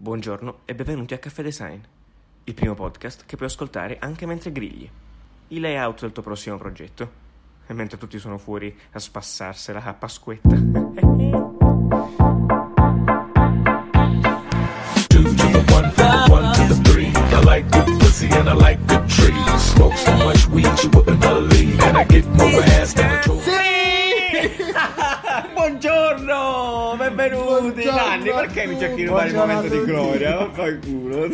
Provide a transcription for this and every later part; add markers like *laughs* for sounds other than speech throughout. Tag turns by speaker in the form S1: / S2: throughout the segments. S1: Buongiorno e benvenuti a Caffè Design, il primo podcast che puoi ascoltare anche mentre grigli. Il layout del tuo prossimo progetto. E mentre tutti sono fuori a spassarsela a Pasquetta. *laughs*
S2: two to the one, from the one to the three. I like good pussy and I like good trees. Smoke so much weed you wouldn't believe, and I get more ass than a troll.
S1: *laughs* Buongiorno, benvenuti.
S3: Buongiorno
S1: Nanni,
S3: a
S1: perché mi cerchi di rubare
S3: tutti.
S1: il
S3: Buongiorno
S1: momento
S3: a
S1: di
S3: tutti.
S1: gloria? Oh, Vaffanculo.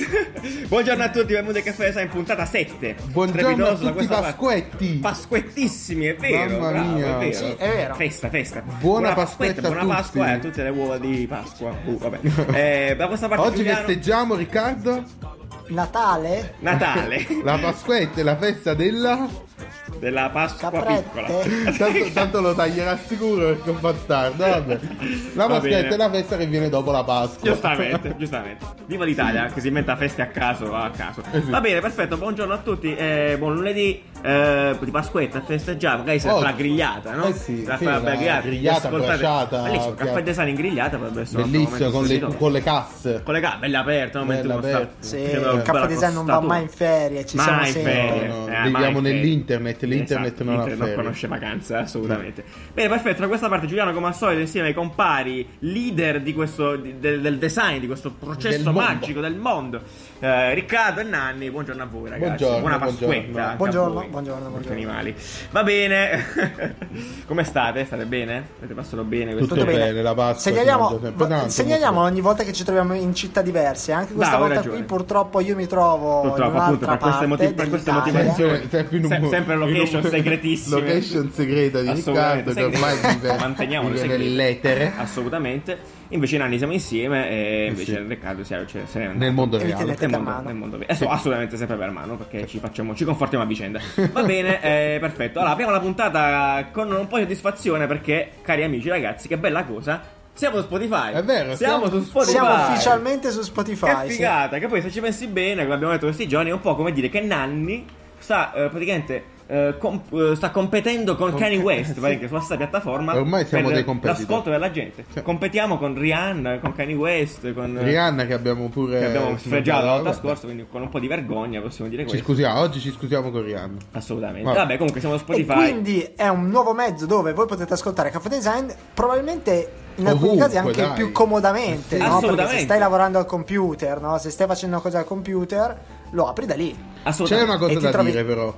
S1: *laughs* Buongiorno a tutti, benvenuti a Caffè Design puntata 7.
S3: Buongiorno a
S1: Strepitoso da
S3: tutti i
S1: questa parte.
S3: pasquetti.
S1: Pasquettissimi, è vero.
S3: Mamma
S1: bravo,
S3: mia.
S1: è vero.
S3: Sì, è vero.
S1: Festa, festa. Buona,
S3: Pasquetta a
S1: buona
S3: tutti.
S1: Pasqua eh, a tutte le uova di Pasqua. Uh,
S3: *laughs*
S1: vabbè. Eh, da questa parte
S3: Oggi
S1: Giuliano,
S3: festeggiamo Riccardo
S4: Natale?
S3: *laughs*
S1: Natale
S3: la Pasquetta e la festa della
S1: della Pasqua
S4: Caprette.
S1: piccola. *laughs*
S3: tanto, tanto lo taglierà sicuro perché è un bastardo vabbè. La
S1: Va
S3: Pasquetta
S1: bene.
S3: è la festa che viene dopo la Pasqua
S1: Giustamente, giustamente. Viva l'Italia che si inventa feste a caso, va a caso.
S3: Eh sì.
S1: Va bene, perfetto, buongiorno a tutti, eh, buon lunedì eh, di Pasquetta, festeggiamo, magari sarà
S3: Oggi.
S1: la grigliata, no?
S3: Eh sì,
S1: Sarà
S3: sì,
S1: la
S3: la
S1: grigliata,
S3: grigliata
S1: ascoltate-
S3: abbracciata,
S1: Bellissimo, caffè
S3: chiaro.
S1: design in grigliata potrebbe essere un altro
S3: *laughs* bellissimo
S1: momento
S3: con le,
S1: sostituto.
S3: con le casse
S1: Con le gambe, bella aperta, no? Mentre
S3: Bella
S1: uno sta
S3: aperta.
S4: Sì,
S1: facendo
S4: il
S1: una
S4: caffè
S1: bella
S4: design non va
S1: costatura.
S4: mai in ferie, ci siamo
S1: Mai in
S4: sempre.
S1: ferie,
S3: No,
S1: eh,
S3: no, viviamo
S1: mai in ferie.
S3: nell'internet, l'internet
S1: Esatto,
S3: non ha
S1: l'internet
S3: ferie.
S1: conosce vacanza, assolutamente. Bene, perfetto, da questa parte Giuliano come al solito insieme ai compari leader di questo, di- del, del design, di questo processo
S3: Del mondo.
S1: magico del mondo, eh, Riccardo e Nanni, buongiorno a voi ragazzi,
S3: Buongiorno,
S1: buona
S3: buongiorno.
S1: Pasquetta. anche a
S4: Buongiorno,
S1: voi,
S4: buongiorno,
S1: porca
S4: buongiorno.
S1: animali. Va bene, *laughs* come state? State bene? Avete passato bene questo
S3: Tutto bene, la Pasqua
S4: segnaliamo,
S3: si mangia sempre
S4: vo-
S3: tanto,
S4: segnaliamo
S3: molto.
S4: ogni volta che ci troviamo in città diverse. Anche questa
S1: Bravo, hai
S4: volta
S1: ragione.
S4: qui, purtroppo, io mi trovo
S1: Purtroppo,
S4: in un'altra
S1: appunto, per queste
S4: parte
S1: motiv- per queste
S4: dell'Italia.
S1: motivazioni.
S3: Attenzione, sempre, in un
S1: Se-
S3: mo-
S1: sempre location
S3: in un-
S1: segretissime.
S3: *laughs* location segreta di
S1: Assolutamente,
S3: Riccardo che ormai
S1: segrete.
S3: vive,
S1: Manteniamolo
S3: vive
S1: segreto.
S3: nell'etere
S1: Assolutamente. Invece Nanni siamo insieme e
S3: Eh
S1: invece
S3: sì.
S1: Riccardo si è- cioè, se n'è andato.
S3: nel mondo
S4: E vi
S3: reale
S4: tenete-
S1: Nel
S4: per
S1: mondo,
S4: mano.
S1: nel mondo vero. Eh, so, assolutamente sempre per mano perché ci, facciamo, ci confortiamo a
S3: *laughs*
S1: vicenda. Va bene, eh, perfetto. Allora, apriamo la puntata con un po' di soddisfazione perché, cari amici, ragazzi, che bella cosa. Siamo su Spotify.
S3: È vero,
S1: siamo,
S3: siamo-
S1: su Spotify.
S4: Siamo ufficialmente su
S1: Che
S4: Spotify. sì.
S1: figata, che poi se ci pensi bene, come abbiamo detto questi giorni, è un po' come dire che Nanni sta eh, praticamente eh, comp- eh, sta competendo con
S3: Con- eh,
S1: Kanye West
S3: sì.
S1: praticamente, sulla stessa piattaforma.
S3: Ormai siamo
S1: per
S3: dei competitor.
S1: L'ascolto della gente.
S3: Sì.
S1: Competiamo con Rihanna, con Kanye West, con eh,
S3: Rihanna che abbiamo pure
S1: che abbiamo sfregiato
S3: snobbato,
S1: l'altra
S3: vabbè.
S1: scorsa, quindi con un po' di vergogna possiamo dire
S3: ci
S1: questo.
S3: scusiamo oggi ci scusiamo con Rihanna
S1: Assolutamente. Vabbè.
S3: Vabbè.
S1: comunque siamo su
S4: E
S1: Spotify.
S4: quindi è un nuovo mezzo dove voi potete ascoltare Caffè Design, probabilmente in alcuni
S3: Ovunque,
S4: casi anche
S3: dai.
S4: più
S3: Sì.
S4: comodamente. no? Perché
S1: Assolutamente.
S4: se stai lavorando al computer, no? se stai facendo una cosa al computer, lo apri da lì.
S3: C'è
S1: Assolutamente.
S3: una
S4: E
S3: cosa
S4: ti
S3: da
S4: trovi-
S3: dire però.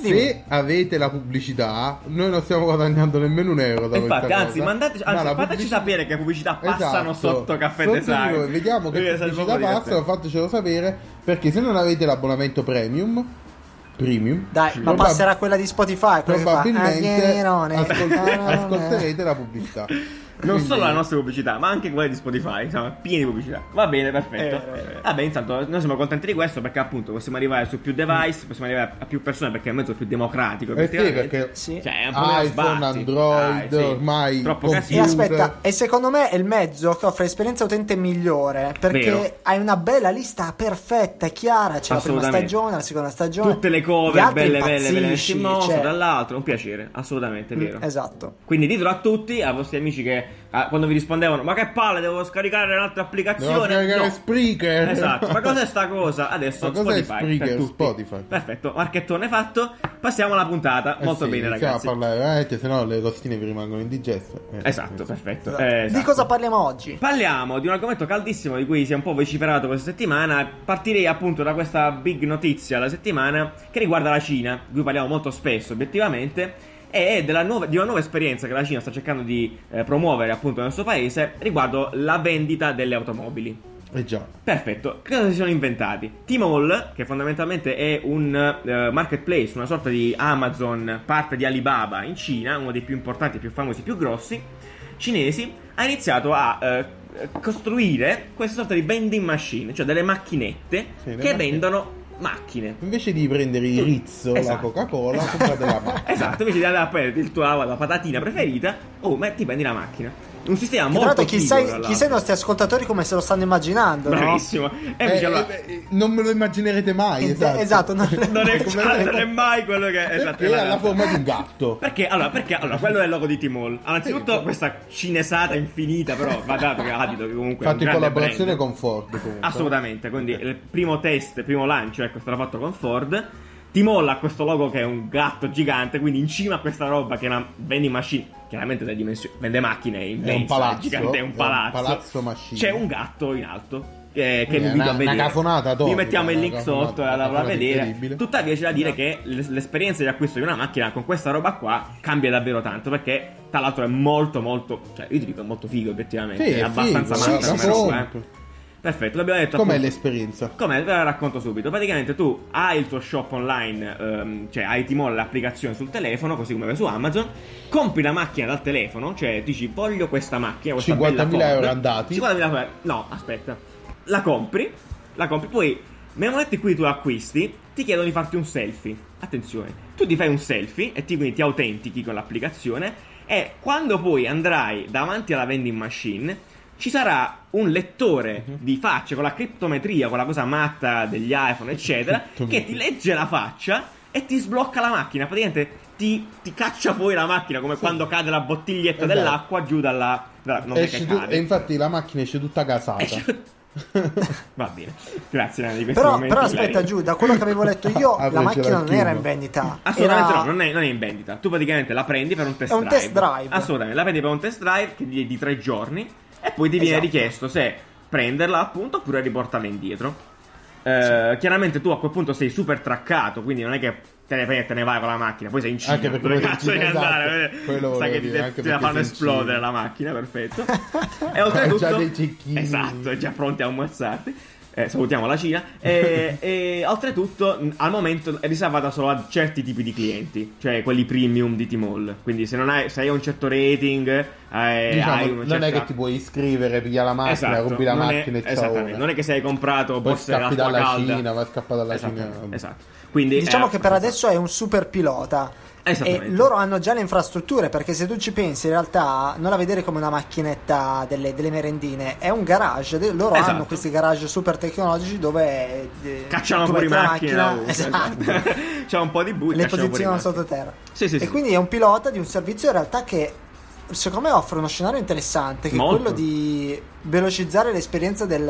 S4: Dimmi.
S3: Se avete la pubblicità, noi non stiamo guadagnando nemmeno un euro da
S1: Infatti,
S3: questa
S1: anzi,
S3: cosa.
S1: mandateci,
S3: Ma
S1: anzi,
S3: la
S1: fateci
S3: pubblicità-
S1: sapere che pubblicità passano
S3: Esatto.
S1: sotto Caffè
S3: Sotto di
S1: Design.
S3: noi, vediamo che
S1: Perché sarebbe
S3: pubblicità
S1: proprio
S3: passano,
S1: divertente.
S3: fatecelo sapere, perché se non avete l'abbonamento premium, premium
S4: Dai, ma
S3: probab-
S4: passerà quella di Spotify. quella che fa, "Ah,
S3: probabilmente
S4: Gnerone". *laughs*
S3: ascol-
S4: Ah,
S3: ascolterete
S1: *laughs*
S3: la pubblicità.
S1: Non
S3: Quindi-
S1: solo la nostra pubblicità, ma anche quella di Spotify, insomma, pieni di pubblicità. Va bene, perfetto.
S4: Eh, eh, eh.
S1: Vabbè, intanto noi siamo contenti di questo perché appunto possiamo arrivare su più device, possiamo arrivare a più persone perché è un mezzo più democratico.
S3: Eh sì,
S1: effettivamente.
S3: perché
S4: Sì.
S1: Cioè, è un po' meno
S3: iPhone,
S1: sbatti.
S3: Android,
S1: Dai, sì.
S3: ormai
S1: Troppo
S4: E
S1: casino.
S3: computer.
S4: aspetta, e secondo me è il mezzo che offre esperienza utente migliore perché
S1: Vero.
S4: hai una bella lista perfetta e chiara. C'è la prima
S1: Assolutamente.
S4: stagione, la seconda stagione,
S1: Tutte le
S4: gli
S1: cover
S4: altri
S1: belle, belle, belle.
S4: impazzisci,
S1: Sì, no,
S4: cioè-
S1: dall'altro, un piacere, assolutamente, è
S4: Mm,
S1: vero.
S4: Esatto.
S1: Quindi ditelo a tutti, ai vostri amici che ah, quando vi rispondevano "Ma che palle, devo scaricare un'altra applicazione".
S3: Devo scaricare Eh
S1: No.
S3: Spreaker.
S1: Esatto, ma
S3: *laughs*
S1: cos'è sta cosa? Adesso
S3: Ma cos'è
S1: Spotify,
S3: Spreaker?
S1: per tutti.
S3: Spotify.
S1: Perfetto, marchettone fatto. Passiamo alla puntata.
S3: Eh
S1: Molto
S3: sì,
S1: bene,
S3: iniziamo
S1: ragazzi.
S3: a parlare veramente, se no le costine vi rimangono indigeste. Eh,
S1: Esatto,
S3: eh.
S1: perfetto.
S4: Esatto.
S1: eh, esatto.
S4: Di cosa parliamo oggi?
S1: Parliamo di un argomento caldissimo di cui si è un po' vociferato questa settimana. Partirei appunto da questa big notizia della settimana che riguarda la Cina, di cui parliamo molto spesso obiettivamente. E della nuova- di una nuova esperienza che la Cina sta cercando di eh, promuovere appunto nel suo paese riguardo la vendita delle automobili.
S3: Eh già.
S1: Perfetto, che cosa si sono inventati? Tmall, che fondamentalmente è un eh, marketplace, una sorta di Amazon, parte di Alibaba in Cina, uno dei più importanti, più famosi, più grossi, cinesi, ha iniziato a eh, costruire questa sorta di vending machine, cioè delle macchinette
S3: Sì,
S1: che
S3: le macchine.
S1: vendono macchine.
S3: Invece di prendere il rizzo, la
S1: Esatto. *laughs*
S3: Coca-Cola, comprate la macchina.
S1: Esatto, invece di andare a prendere il tuo- la patatina preferita, oh, ma ti prendi la macchina. Un sistema
S4: Che tra
S1: molto
S4: l'altro,
S1: figo,
S4: chissà,
S1: tra l'altro.
S4: chissà i nostri ascoltatori come se lo stanno immaginando, no?
S1: Bravissimo. E invece
S3: Eh,
S1: allora,
S3: eh, eh, non me lo immaginerete mai,
S4: Eh,
S3: esatto.
S4: esatto,
S1: *laughs*
S4: non-
S3: *laughs*
S1: non, è,
S3: come-
S1: non è mai quello che esatto,
S3: Perché ha la
S1: esatto.
S3: forma di un gatto.
S1: Perché? Allora, perché? Allora, quello è il logo di Timol. Allora, innanzitutto
S3: Sì.
S1: questa cinesata infinita, però va dato che Adidas che comunque è un
S3: Fatto in
S1: grande
S3: collaborazione
S1: brand.
S3: con Ford comunque. Eh.
S1: Assolutamente, quindi il primo test, il primo lancio, ecco, è stato fatto con Ford. Timol ha questo logo che è un gatto gigante, quindi in cima a questa roba che è una vending machine, chiaramente da dimensioni, vende macchine, in
S3: È un
S1: mensa,
S3: palazzo,
S1: gigante, è un
S3: è un
S1: palazzo.
S3: palazzo machine.
S1: C'è un gatto in alto. eh, che
S3: È
S1: vi
S3: una-
S1: invito a
S3: una
S1: vedere.
S3: cafonata
S1: Vi
S3: topica,
S1: mettiamo il
S3: una
S1: link
S3: cafonata-
S1: sotto e
S3: una
S1: la a
S3: cafonata
S1: vedere.
S3: incredibile. Esatto.
S1: Tuttavia c'è da dire che l- l'esperienza di acquisto di una macchina con questa roba qua cambia davvero tanto perché tra l'altro è molto molto, cioè io ti dico è molto figo effettivamente,
S3: Sì,
S1: è
S3: è
S1: abbastanza
S3: figo,
S1: matta
S4: sì,
S1: come
S4: sì,
S1: roba,
S3: sì.
S1: eh. Perfetto, l'abbiamo detto
S3: Com'è
S1: appunto.
S3: l'esperienza?
S1: Come Ve la racconto subito. Praticamente tu hai il tuo shop online, ehm, cioè hai Timol l'applicazione sul telefono, così come su Amazon. Compri la macchina dal telefono, cioè dici voglio questa macchina. Questa
S3: 50.000
S1: bella Ford.
S3: euro andati.
S1: 50.000 euro. No, aspetta. La compri, la compri, poi nel momento in cui tu acquisti, ti chiedono di farti un selfie. Attenzione, tu ti fai un selfie e ti, quindi ti autentichi con l'applicazione. E quando poi andrai davanti alla vending machine, ci sarà un lettore di facce con la criptometria, con la cosa matta degli iPhone, eccetera, che ti legge la faccia e ti sblocca la macchina. Praticamente ti, ti caccia fuori la macchina, come quando cade la bottiglietta
S3: Esatto.
S1: dell'acqua giù dalla. dalla non è che
S3: Esce tu-
S1: cade. Eh,
S3: e infatti la macchina esce
S1: *laughs*
S3: tutta casata.
S1: Esce- Va bene, grazie Nani, di questi
S4: Però,
S1: momenti
S4: però
S1: di
S4: aspetta,
S1: verità.
S4: giù, da quello che avevo letto
S3: *laughs*
S4: io,
S3: Ah,
S4: la
S3: poi c'era
S4: macchina
S3: il
S4: non era
S3: chiumo.
S4: in vendita.
S1: Assolutamente
S4: era-
S1: no, non è, non è in vendita. Tu praticamente la prendi per un test
S4: È un
S1: drive.
S4: test drive.
S1: Assolutamente, la prendi per un test drive che di, di tre giorni e poi ti viene
S4: Esatto.
S1: richiesto se prenderla appunto oppure riportarla indietro. Eh, Chiaramente tu a quel punto sei super traccato, quindi non è che te ne, prendi e te ne vai con la macchina, poi sei in Cina.
S3: Anche perché
S1: dove
S3: poi sei in
S1: cazzo devi
S3: *laughs* Cina, esatto.
S1: andare?
S3: Quello
S1: Sa
S3: volevo
S1: che ti,
S3: dire, anche
S1: te la
S3: perché
S1: fanno
S3: sei in
S1: esplodere
S3: Cina.
S1: la macchina,
S3: *laughs*
S1: perfetto. e oltretutto...
S3: Già dei cecchini.
S1: Esatto, già pronti a ammazzarti. Eh, salutiamo la Cina.
S3: *laughs*
S1: E, e oltretutto, mh, al momento è riservata solo a certi tipi di clienti, cioè quelli premium di T-Mall. Quindi, se, non hai, se hai un certo rating, eh, hai
S3: Diciamo,
S1: una
S3: non
S1: certa...
S3: è che ti puoi iscrivere, piglia la macchina,
S1: Esatto,
S3: rubi la
S1: non è-
S3: macchina e ciao.
S1: esattamente, non è che se hai comprato
S3: Poi
S1: borse
S3: scappi
S1: d'acqua
S3: dalla
S1: calda.
S3: Cina, vai a scappare dalla
S1: Esattamente,
S3: Cina.
S1: Esatto. Quindi,
S4: Diciamo
S1: eh,
S4: che per adesso è un super pilota.
S1: Esattamente.
S4: E loro hanno già le infrastrutture perché se tu ci pensi in realtà non la vedere come una macchinetta delle, delle merendine, è un garage, de- loro
S1: Esatto.
S4: hanno questi garage super tecnologici dove eh,
S1: Cacciamo
S4: tu metti
S1: fuori
S4: la
S1: macchina. ovunque,
S4: *laughs* esatto,
S1: esatto. *laughs* C'è un po' di buio.
S4: le
S1: cacciamo fuori
S4: posizionano
S1: macchina.
S4: sottoterra.
S1: Sì, sì,
S4: e
S1: sì.
S4: quindi è un pilota di un servizio in realtà che secondo me offre uno scenario interessante che
S1: Molto.
S4: è quello di velocizzare l'esperienza del,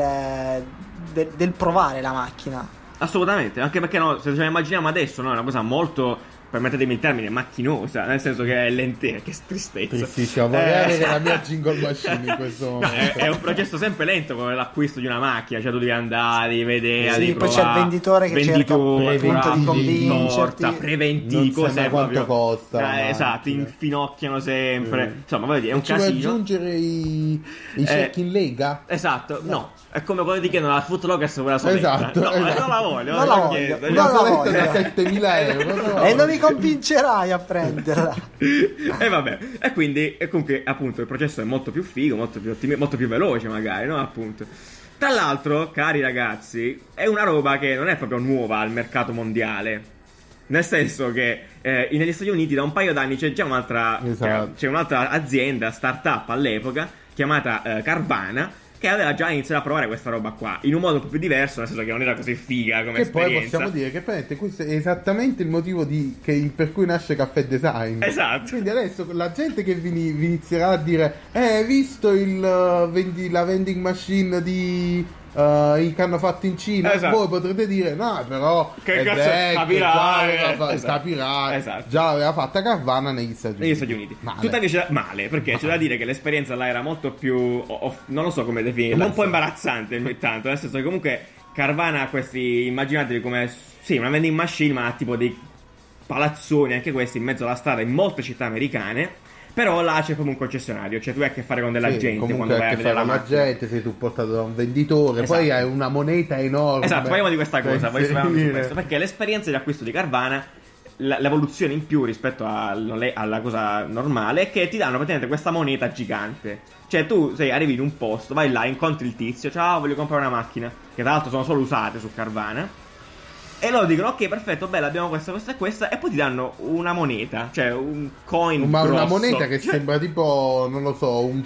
S4: del- del provare la macchina.
S1: Assolutamente, anche perché no, se ce la immaginiamo adesso, no, è una cosa molto, permettetemi il termine, macchinosa, nel senso che è lentera, che tristezza.
S3: Tristissimo, vorrei
S1: Eh.
S3: avere
S1: *laughs*
S3: la mia jingle machine in questo
S1: No, è,
S3: momento.
S1: è un processo sempre lento come l'acquisto di una macchina, cioè tu devi andare, devi vedere,
S4: Sì,
S1: devi
S4: poi c'è
S1: provare,
S4: il venditore che
S1: venditore,
S3: cerca appunto di
S1: bravo,
S4: convincerti.
S1: porta, preventi,
S3: Non sai
S1: cos'è
S3: mai quanto
S1: proprio.
S3: costa la
S1: Eh, esatto,
S3: macchina.
S1: infinocchiano sempre.
S3: Mm.
S1: Insomma, voglio dire, è un
S3: Ci vuoi
S1: casino.
S3: aggiungere i, i
S1: Eh,
S3: check in lega?
S1: Esatto, no. È come quando ti chiedono la footlocker se vuoi la soletta.
S3: Esatto,
S1: no,
S3: esatto.
S1: non la voglio,
S4: Non
S1: te
S4: la
S1: l'ho
S4: voglio,
S1: chiesto.
S4: non
S1: Io-
S4: la
S3: Una soletta
S4: voglio.
S3: da
S1: *laughs*
S3: 7000 euro. no?
S4: E non mi convincerai a prenderla.
S1: e vabbè, e quindi, e comunque, appunto, il processo è molto più figo, molto più, ottimi- molto più veloce, magari, no? Appunto. Tra l'altro, cari ragazzi, è una roba che non è proprio nuova al mercato mondiale. Nel senso che eh, negli Stati Uniti da un paio d'anni c'è già un'altra,
S3: Esatto.
S1: c'è un'altra azienda, startup all'epoca, chiamata eh, Carvana, che aveva già iniziato a provare questa roba qua, in un modo un po' più diverso, nel senso che non era così figa come
S3: Che poi
S1: esperienza.
S3: possiamo dire che praticamente questo è esattamente il motivo di- che- per cui nasce Caffè Design.
S1: Esatto.
S3: Quindi adesso la gente che vi, vi inizierà a dire: Eh, hai visto il, uh, vendi- la vending machine di. uh, in- che hanno fatto in Cina
S1: Esatto.
S3: voi potrete dire no però
S1: Che
S3: è
S1: cazzo-
S3: vecchio,
S1: capirà,
S3: già l'aveva
S1: eh,
S3: fa-
S1: esatto.
S3: capirà,
S1: Esatto.
S3: già l'aveva fatta Carvana negli Stati Uniti
S1: negli Stati Uniti.
S3: Male.
S1: Tuttavia c'è da- male, perché c'è da dire che l'esperienza là era molto più o- off- non lo so come definirla, un po' imbarazzante ogni tanto, nel senso che comunque Carvana ha questi immaginatevi come sì, una vending machine, ma ha tipo dei palazzoni anche questi in mezzo alla strada in molte città americane. Però là c'è proprio un concessionario, cioè tu hai a che fare con della
S3: Sì,
S1: gente quando
S3: comunque
S1: vai
S3: hai
S1: a
S3: a che
S1: vedere
S3: fare
S1: la
S3: con la
S1: macchina.
S3: gente sei tu portato da un venditore poi
S1: Esatto.
S3: hai una moneta enorme
S1: Esatto, parliamo di questa
S3: da
S1: cosa, poi ci parliamo di
S3: inserire.
S1: questo, perché l'esperienza di acquisto di Carvana, l- l'evoluzione in più rispetto al- alle- alla cosa normale, è che ti danno praticamente questa moneta gigante. Cioè tu sei, arrivi in un posto, vai là, incontri il tizio, ciao voglio comprare una macchina, che tra l'altro sono solo usate su Carvana. E loro dicono, ok, perfetto, bella, abbiamo questa, questa e questa. E poi ti danno una moneta, cioè un coin
S3: Ma una
S1: grosso.
S3: moneta che
S1: Cioè,
S3: sembra tipo, non lo so, un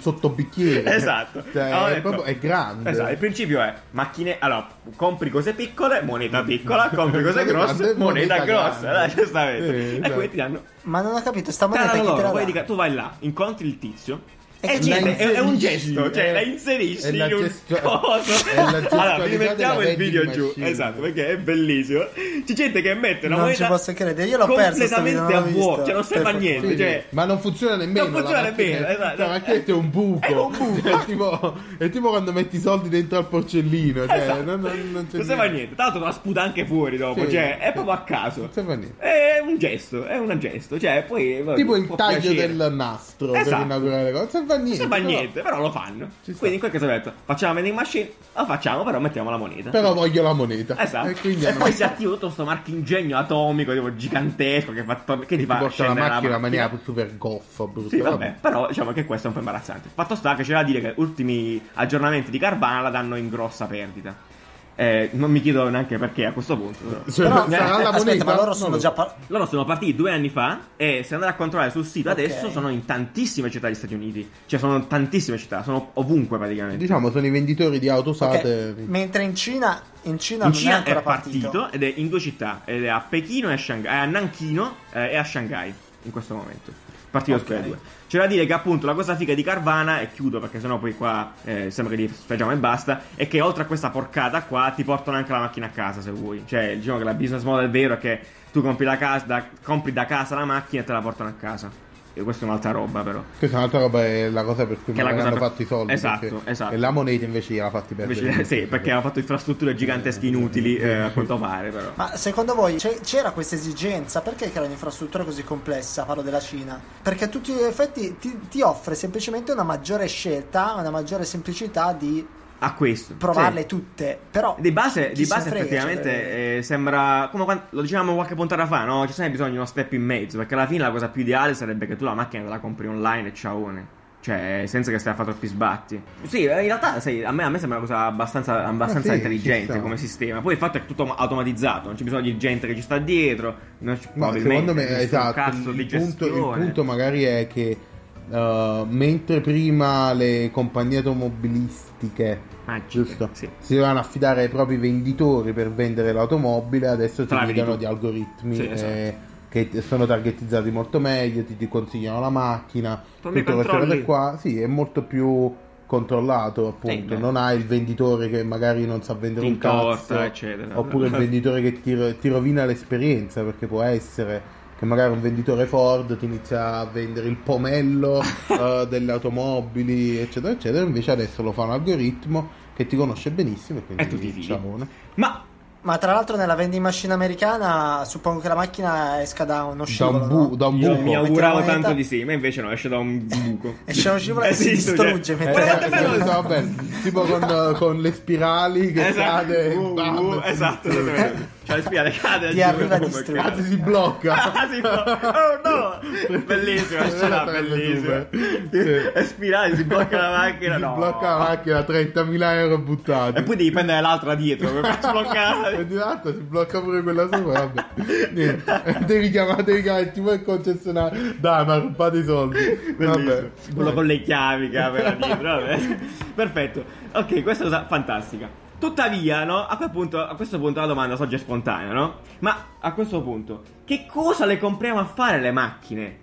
S1: *laughs*
S3: sottobicchiere.
S1: Esatto.
S3: Cioè,
S1: Allora,
S3: è,
S1: ecco.
S3: proprio- è grande.
S1: Esatto, il principio è macchine. Allora, compri cose piccole, moneta piccola, compri cose grosse,
S3: Grande,
S1: moneta,
S3: *laughs* moneta
S1: grossa.
S3: grande.
S1: Dai, giustamente.
S3: Eh,
S1: e
S3: esatto.
S1: quindi ti danno.
S4: Ma non ho capito, sta
S1: Te la
S4: moneta
S1: danno
S4: chi te
S1: loro,
S4: la
S1: poi
S4: dà?
S1: dica- tu vai là, incontri il tizio.
S4: E
S1: E
S4: chi Eh, la
S1: niente, è, è un
S3: inserisci,
S1: gesto, cioè
S3: eh.
S1: la inserisci
S3: È la
S1: in un
S3: gesto-
S1: *laughs* coso.
S3: è la
S1: allora, vi
S3: gestualità
S1: mettiamo
S3: della
S1: il video
S3: vending
S1: giù.
S3: machine.
S1: Esatto, perché è bellissimo. C'è gente che mette una
S4: Non
S1: moneta
S4: ci posso credere, io l'ho perso sto
S1: completamente
S4: video, non
S1: a
S4: l'ho
S1: vuoto,
S4: visto.
S1: cioè non serve a
S4: Per
S1: niente,
S3: Sì,
S1: cioè
S3: ma non funziona nemmeno.
S1: non funziona
S3: la macchina
S1: nemmeno,
S3: è-
S1: esatto.
S3: La macchina è un buco. Cioè,
S1: È un buco.
S3: è, tipo, è tipo quando metti i soldi dentro al porcellino. Cioè,
S1: Esatto.
S3: non, non, non c'è
S1: non serve a niente. Tanto la sputa anche fuori dopo,
S3: Sì,
S1: cioè è
S3: sì.
S1: proprio a caso.
S3: Non serve a niente.
S1: È un gesto, è un gesto, cioè poi vabbè,
S3: Tipo il
S1: può
S3: taglio
S1: piacere.
S3: del nastro per
S1: Esatto.
S3: inaugurare le cose. Non serve a
S1: Non
S3: niente.
S1: serve a
S3: però-
S1: niente, però lo fanno.
S3: Ci sta.
S1: Quindi in quel caso ho detto, facciamo la vending machine, la facciamo, però mettiamo la moneta.
S3: Però voglio la moneta.
S1: Esatto.
S3: E
S1: E,
S3: quindi hanno-
S1: poi si attiva tutto questo marchingegno atomico, tipo gigantesco, che, fa, che ti
S3: ti
S1: fa
S3: porta la
S1: scendere
S3: macchina in una maniera super goffa, brutta.
S1: Sì, vabbè, però diciamo che questo è un po' imbarazzante. Fatto sta che c'è da dire che ultimi aggiornamenti di Carvana la danno in grossa perdita. Eh, non mi chiedo neanche perché a questo punto. però.
S3: Cioè,
S4: Però,
S3: sarà la
S4: aspetta,
S3: moneta?
S4: ma loro
S3: Non
S4: sono
S3: lo
S4: già
S3: so.
S4: par-
S1: Loro sono partiti due anni fa e se andate a controllare sul sito
S4: Ok.
S1: adesso sono in tantissime città degli Stati Uniti. Cioè sono tantissime città, sono ovunque praticamente.
S3: Diciamo, sono i venditori di auto
S4: Ok,
S3: usate.
S4: Mentre in Cina, in Cina
S1: In
S4: non è
S1: Cina
S4: ancora
S1: è partito,
S4: partito.
S1: ed è in due città, ed è a Pechino e a Shanghai, a Nanchino eh, e a Shanghai in questo momento. Partito
S4: Ok.
S1: okay. due. C'è da dire che appunto la cosa figa di Carvana, e chiudo perché sennò poi qua eh, sembra che li sfregiamo e basta, è che oltre a questa porcata qua ti portano anche la macchina a casa se vuoi. Cioè diciamo che la business model vero è che tu compri da casa, da- compri da casa la macchina e te la portano a casa. E questa è un'altra roba però.
S3: Questa è un'altra roba, è la cosa per cui
S1: Che è la
S3: non
S1: cosa
S3: hanno
S1: per-
S3: fatto i soldi.
S1: Esatto,
S3: perché-
S1: esatto.
S3: E la moneta invece l'ha fatti perdere.
S1: Invece, sì, perché hanno fatto infrastrutture gigantesche inutili eh, a quanto pare però.
S4: Ma secondo voi c'è- c'era questa esigenza? Perché creare un'infrastruttura così complessa? Parlo della Cina. Perché a tutti gli effetti ti, ti offre semplicemente una maggiore scelta, una maggiore semplicità di
S1: A questo.
S4: provarle
S1: sì.
S4: tutte. Però
S1: Di base,
S4: chi
S1: di
S4: se
S1: base
S4: ne frega,
S1: effettivamente
S4: cioè,
S1: eh, sembra come quando, lo dicevamo qualche puntata fa, no? Ci sarebbe bisogno di uno step in mezzo, perché alla fine la cosa più ideale sarebbe che tu la macchina te la compri online e ciaone. Cioè, senza che stai a fare troppi sbatti. Sì, eh, in realtà, sai, a me, a me sembra una cosa abbastanza, abbastanza
S3: Ah, sì, ci
S1: intelligente
S3: sta.
S1: come sistema. Poi il fatto è che è tutto automatizzato, non c'è bisogno di gente che ci sta dietro. Non ci,
S3: Ma
S1: probabilmente,
S3: secondo me,
S1: nessun
S3: esatto,
S1: cazzo
S3: il
S1: di
S3: punto, il
S1: gestione.
S3: punto magari è che eh, mentre prima le compagnie automobilistiche
S1: Magiche,
S3: giusto,
S1: Ah, sì.
S3: si dovevano affidare ai propri venditori per vendere l'automobile, adesso ti
S1: Bravi
S3: guidano
S1: tu.
S3: di algoritmi
S1: Sì,
S3: eh,
S1: esatto.
S3: che t- sono targetizzati molto meglio, ti, ti consigliano la macchina,
S1: Tu mi
S3: tutte queste cose
S1: controlli?
S3: qua, sì, è molto più controllato appunto,
S1: Eh, no.
S3: non hai il venditore che magari non sa vendere
S1: Ti
S3: un cazzo,
S1: intorta, eccetera. *laughs*
S3: oppure il venditore che ti, ro- ti rovina l'esperienza perché può essere che magari un venditore Ford ti inizia a vendere
S1: *laughs*
S3: il pomello eh, delle automobili eccetera eccetera invece adesso lo fa un algoritmo che ti conosce benissimo e quindi
S1: E tu ti fidi.
S3: ciaone.
S1: Ma
S4: Ma tra l'altro nella vending machine americana suppongo che la macchina esca da
S3: da
S4: uno scivolo,
S3: un, bu-
S4: no?
S3: da un
S1: io
S3: buco
S1: mi
S4: Metti la
S1: auguravo
S4: moneta.
S1: tanto di sì, ma invece no, esce da un buco.
S4: Esce uno scivolo e si
S1: Esiste,
S4: distrugge
S3: Eh,
S4: mentre-
S1: cioè, Guarda quanto è
S3: eh,
S1: bello!
S3: sì, vabbè, tipo con, con le spirali che
S1: esatto.
S3: cade e
S1: Uh, uh,
S3: bam, si
S1: esatto,
S3: distrugge.
S1: esattamente. Cioè, spiare, cade.
S4: Ti
S1: giù,
S4: arriva
S1: boom,
S4: distrutto.
S1: cade. *laughs*
S3: Anzi, si blocca
S1: Ah, si fa- Oh no! Bellissima, scena,
S3: Sarebbe
S1: bellissima.
S3: super.
S1: E spirale, si blocca la macchina.
S3: si
S1: no.
S3: blocca la macchina 30.000 euro buttati
S1: E poi devi prendere l'altra dietro per farci
S3: E
S1: bloccare.
S3: di lato si blocca pure quella sopra, vabbè. Niente. Devi chiamare, devi chiamare tipo il concessionario. Dai, ma rubate i soldi. Vabbè.
S1: Bellissimo. Quello con le chiavi che
S3: *laughs*
S1: aveva dietro. vabbè. Perfetto. Ok, questa è una cosa fantastica. Tuttavia, no? A, quel punto, a questo punto la domanda sorge spontanea, no? Ma a questo punto, che cosa le compriamo a fare le macchine?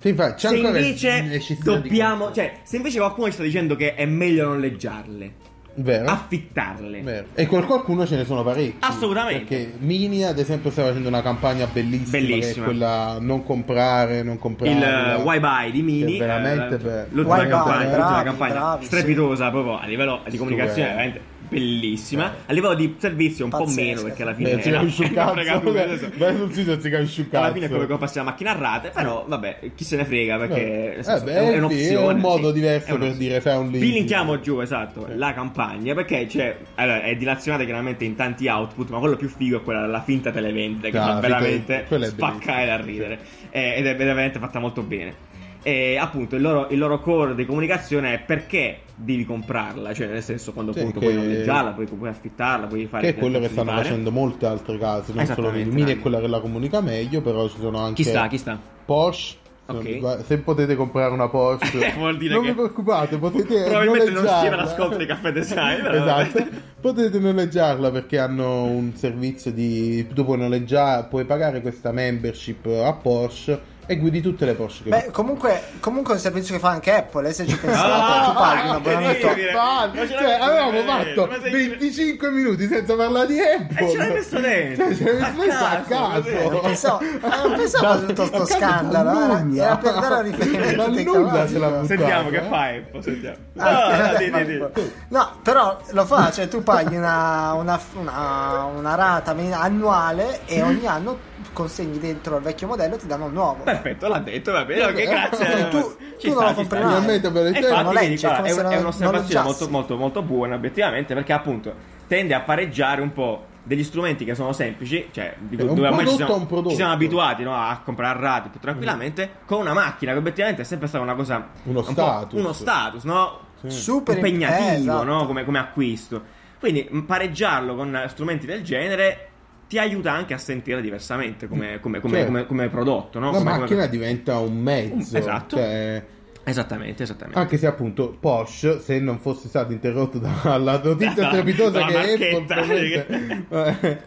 S3: Sì, infatti, c'è
S1: se
S3: ancora
S1: invece
S3: necessità di
S1: dobbiamo,
S3: questo.
S1: cioè, se invece qualcuno ci sta dicendo che è meglio noleggiarle,
S3: Vero?
S1: affittarle.
S3: Vero. E con qualcuno ce ne sono parecchi.
S1: Assolutamente.
S3: Perché Mini, ad esempio, sta facendo una campagna bellissima. Che è
S1: Bellissima.
S3: quella non comprare, non comprare.
S1: Il eh, Why Buy di Mini,
S3: Che è veramente
S1: eh,
S3: bello.
S1: l'ultima
S4: Why Buy,
S1: campagna, l'ultima
S4: bravi,
S1: campagna
S4: bravi,
S1: strepitosa proprio a livello di comunicazione,
S3: Stupendo.
S1: veramente bellissima.
S3: Sì.
S1: A livello di servizio un
S4: Pazzesca.
S1: po' meno perché alla fine
S3: Eh, si
S1: è una-
S3: capisce
S1: *laughs*
S3: un
S1: è una
S3: cazzo.
S1: fregatura, adesso.
S3: Vai sul sito e si capisce un cazzo.
S1: esatto. alla fine è come comprarsi la macchina a rate, però vabbè, chi se ne frega perché
S3: Eh,
S1: nel senso,
S3: beh,
S1: è,
S3: sì, è
S1: un'opzione.
S3: un modo
S1: sì.
S3: diverso
S1: È un'opzione.
S3: per dire, fai un link.
S1: Vi linkiamo giù, esatto, la campagna perché c'è, allora, è dilazionata chiaramente in tanti output, ma quello più figo è quella della finta televendita che
S3: Ah,
S1: fa
S3: finta-
S1: veramente
S3: quella è
S1: spaccare da ridere Eh, ed è ed è veramente fatta molto bene. E appunto il loro, il loro core di comunicazione è perché devi comprarla, cioè nel senso quando
S3: Sì,
S1: appunto
S3: che-
S1: puoi noleggiarla, puoi, puoi affittarla, puoi fare...
S3: Che è quello che
S1: ti
S3: stanno
S1: pare.
S3: facendo molte altre case, non solo
S1: Esattamente,
S3: Mini è
S1: dai.
S3: quella che la comunica meglio, però ci sono anche
S1: Chi sta, chi sta?
S3: Porsche. se non
S1: Ok.
S3: mi sbaglio- Se potete comprare una Porsche,
S1: Vuol dire
S3: non
S1: che-
S3: vi preoccupate, potete
S1: Probabilmente non
S3: noleggiarla.
S1: scrive l'ascolto di Caffè Design. però
S3: esatto.
S1: vabbè.
S3: Potete noleggiarla perché hanno un servizio di. Tu puoi noleggiare, puoi pagare questa membership a Porsche e guidi tutte le Porsche che
S4: Beh, comunque, comunque è un servizio che fa anche Apple, eh, se ci pensate,
S1: Ah,
S4: tu paghi un
S1: ah,
S4: abbonamento.
S1: incredibile. Ma ce l'hai
S3: Cioè,
S1: messo
S3: avevamo
S1: dentro,
S3: fatto
S1: ma sei-
S3: 25 minuti senza parlare di Apple.
S1: E ce l'hai messo dentro.
S3: Cioè, ce l'hai messo dentro a
S1: caso,
S3: caso.
S4: Non pensavo, non pensavo a tutto sto
S3: A caso,
S4: scandalo, eh,
S3: dal
S4: era-
S3: nulla.
S4: era per dare un riferimento
S3: Dal
S4: tecnologico.
S3: nulla se l'ha buttato.
S1: Sentiamo che
S3: eh.
S1: fai, un po', sentiamo. No,
S4: Ah,
S3: *laughs*
S1: no,
S4: vabbè,
S1: di,
S4: ma-
S1: di, di.
S4: No, però lo fa, cioè tu paghi una, una- una- una rata men- annuale e ogni anno consegni dentro il vecchio modello e ti danno un nuovo.
S1: Perfetto, l'ha detto, va bene, ok,
S4: Eh,
S1: grazie. Ci
S4: tu-
S1: sta,
S4: tu non lo
S1: ci sta.
S4: comprerai.
S3: Finalmente per il
S1: E
S3: tempo.
S1: infatti,
S4: non
S1: vedi,
S4: leggi,
S1: guarda,
S4: come
S1: è,
S4: se
S1: un-
S4: non-
S1: è
S4: non
S1: un'osservazione
S4: leggiassi.
S1: molto, molto, molto buona, obiettivamente, perché appunto tende a pareggiare un po' degli strumenti che sono semplici, cioè di-
S3: È un
S1: dove ormai ci
S3: prodotto,
S1: siamo,
S3: un prodotto. Mm.
S1: ci siamo abituati no, a comprare radio più tranquillamente, con una macchina che obiettivamente è sempre stata una cosa...
S3: Uno
S1: un po'
S3: status.
S1: Uno status, no?
S4: Super
S1: impegnativo
S4: eh, esatto.
S1: no? come, come acquisto. Quindi mh, pareggiarlo con eh, strumenti del genere ti aiuta anche a sentire diversamente come, come- come-
S3: Certo.
S1: come- come prodotto. No?
S3: La
S1: Come- come-
S3: macchina diventa un mezzo.
S1: Un- esatto.
S3: cioè,
S1: Esattamente, esattamente.
S3: Anche se appunto Porsche, se non fosse stato interrotto *laughs* dalla notizia
S1: Dalla-
S3: strepitosa
S1: Esatto, dalla
S3: che Apple
S1: marchetta,
S3: permette- eh,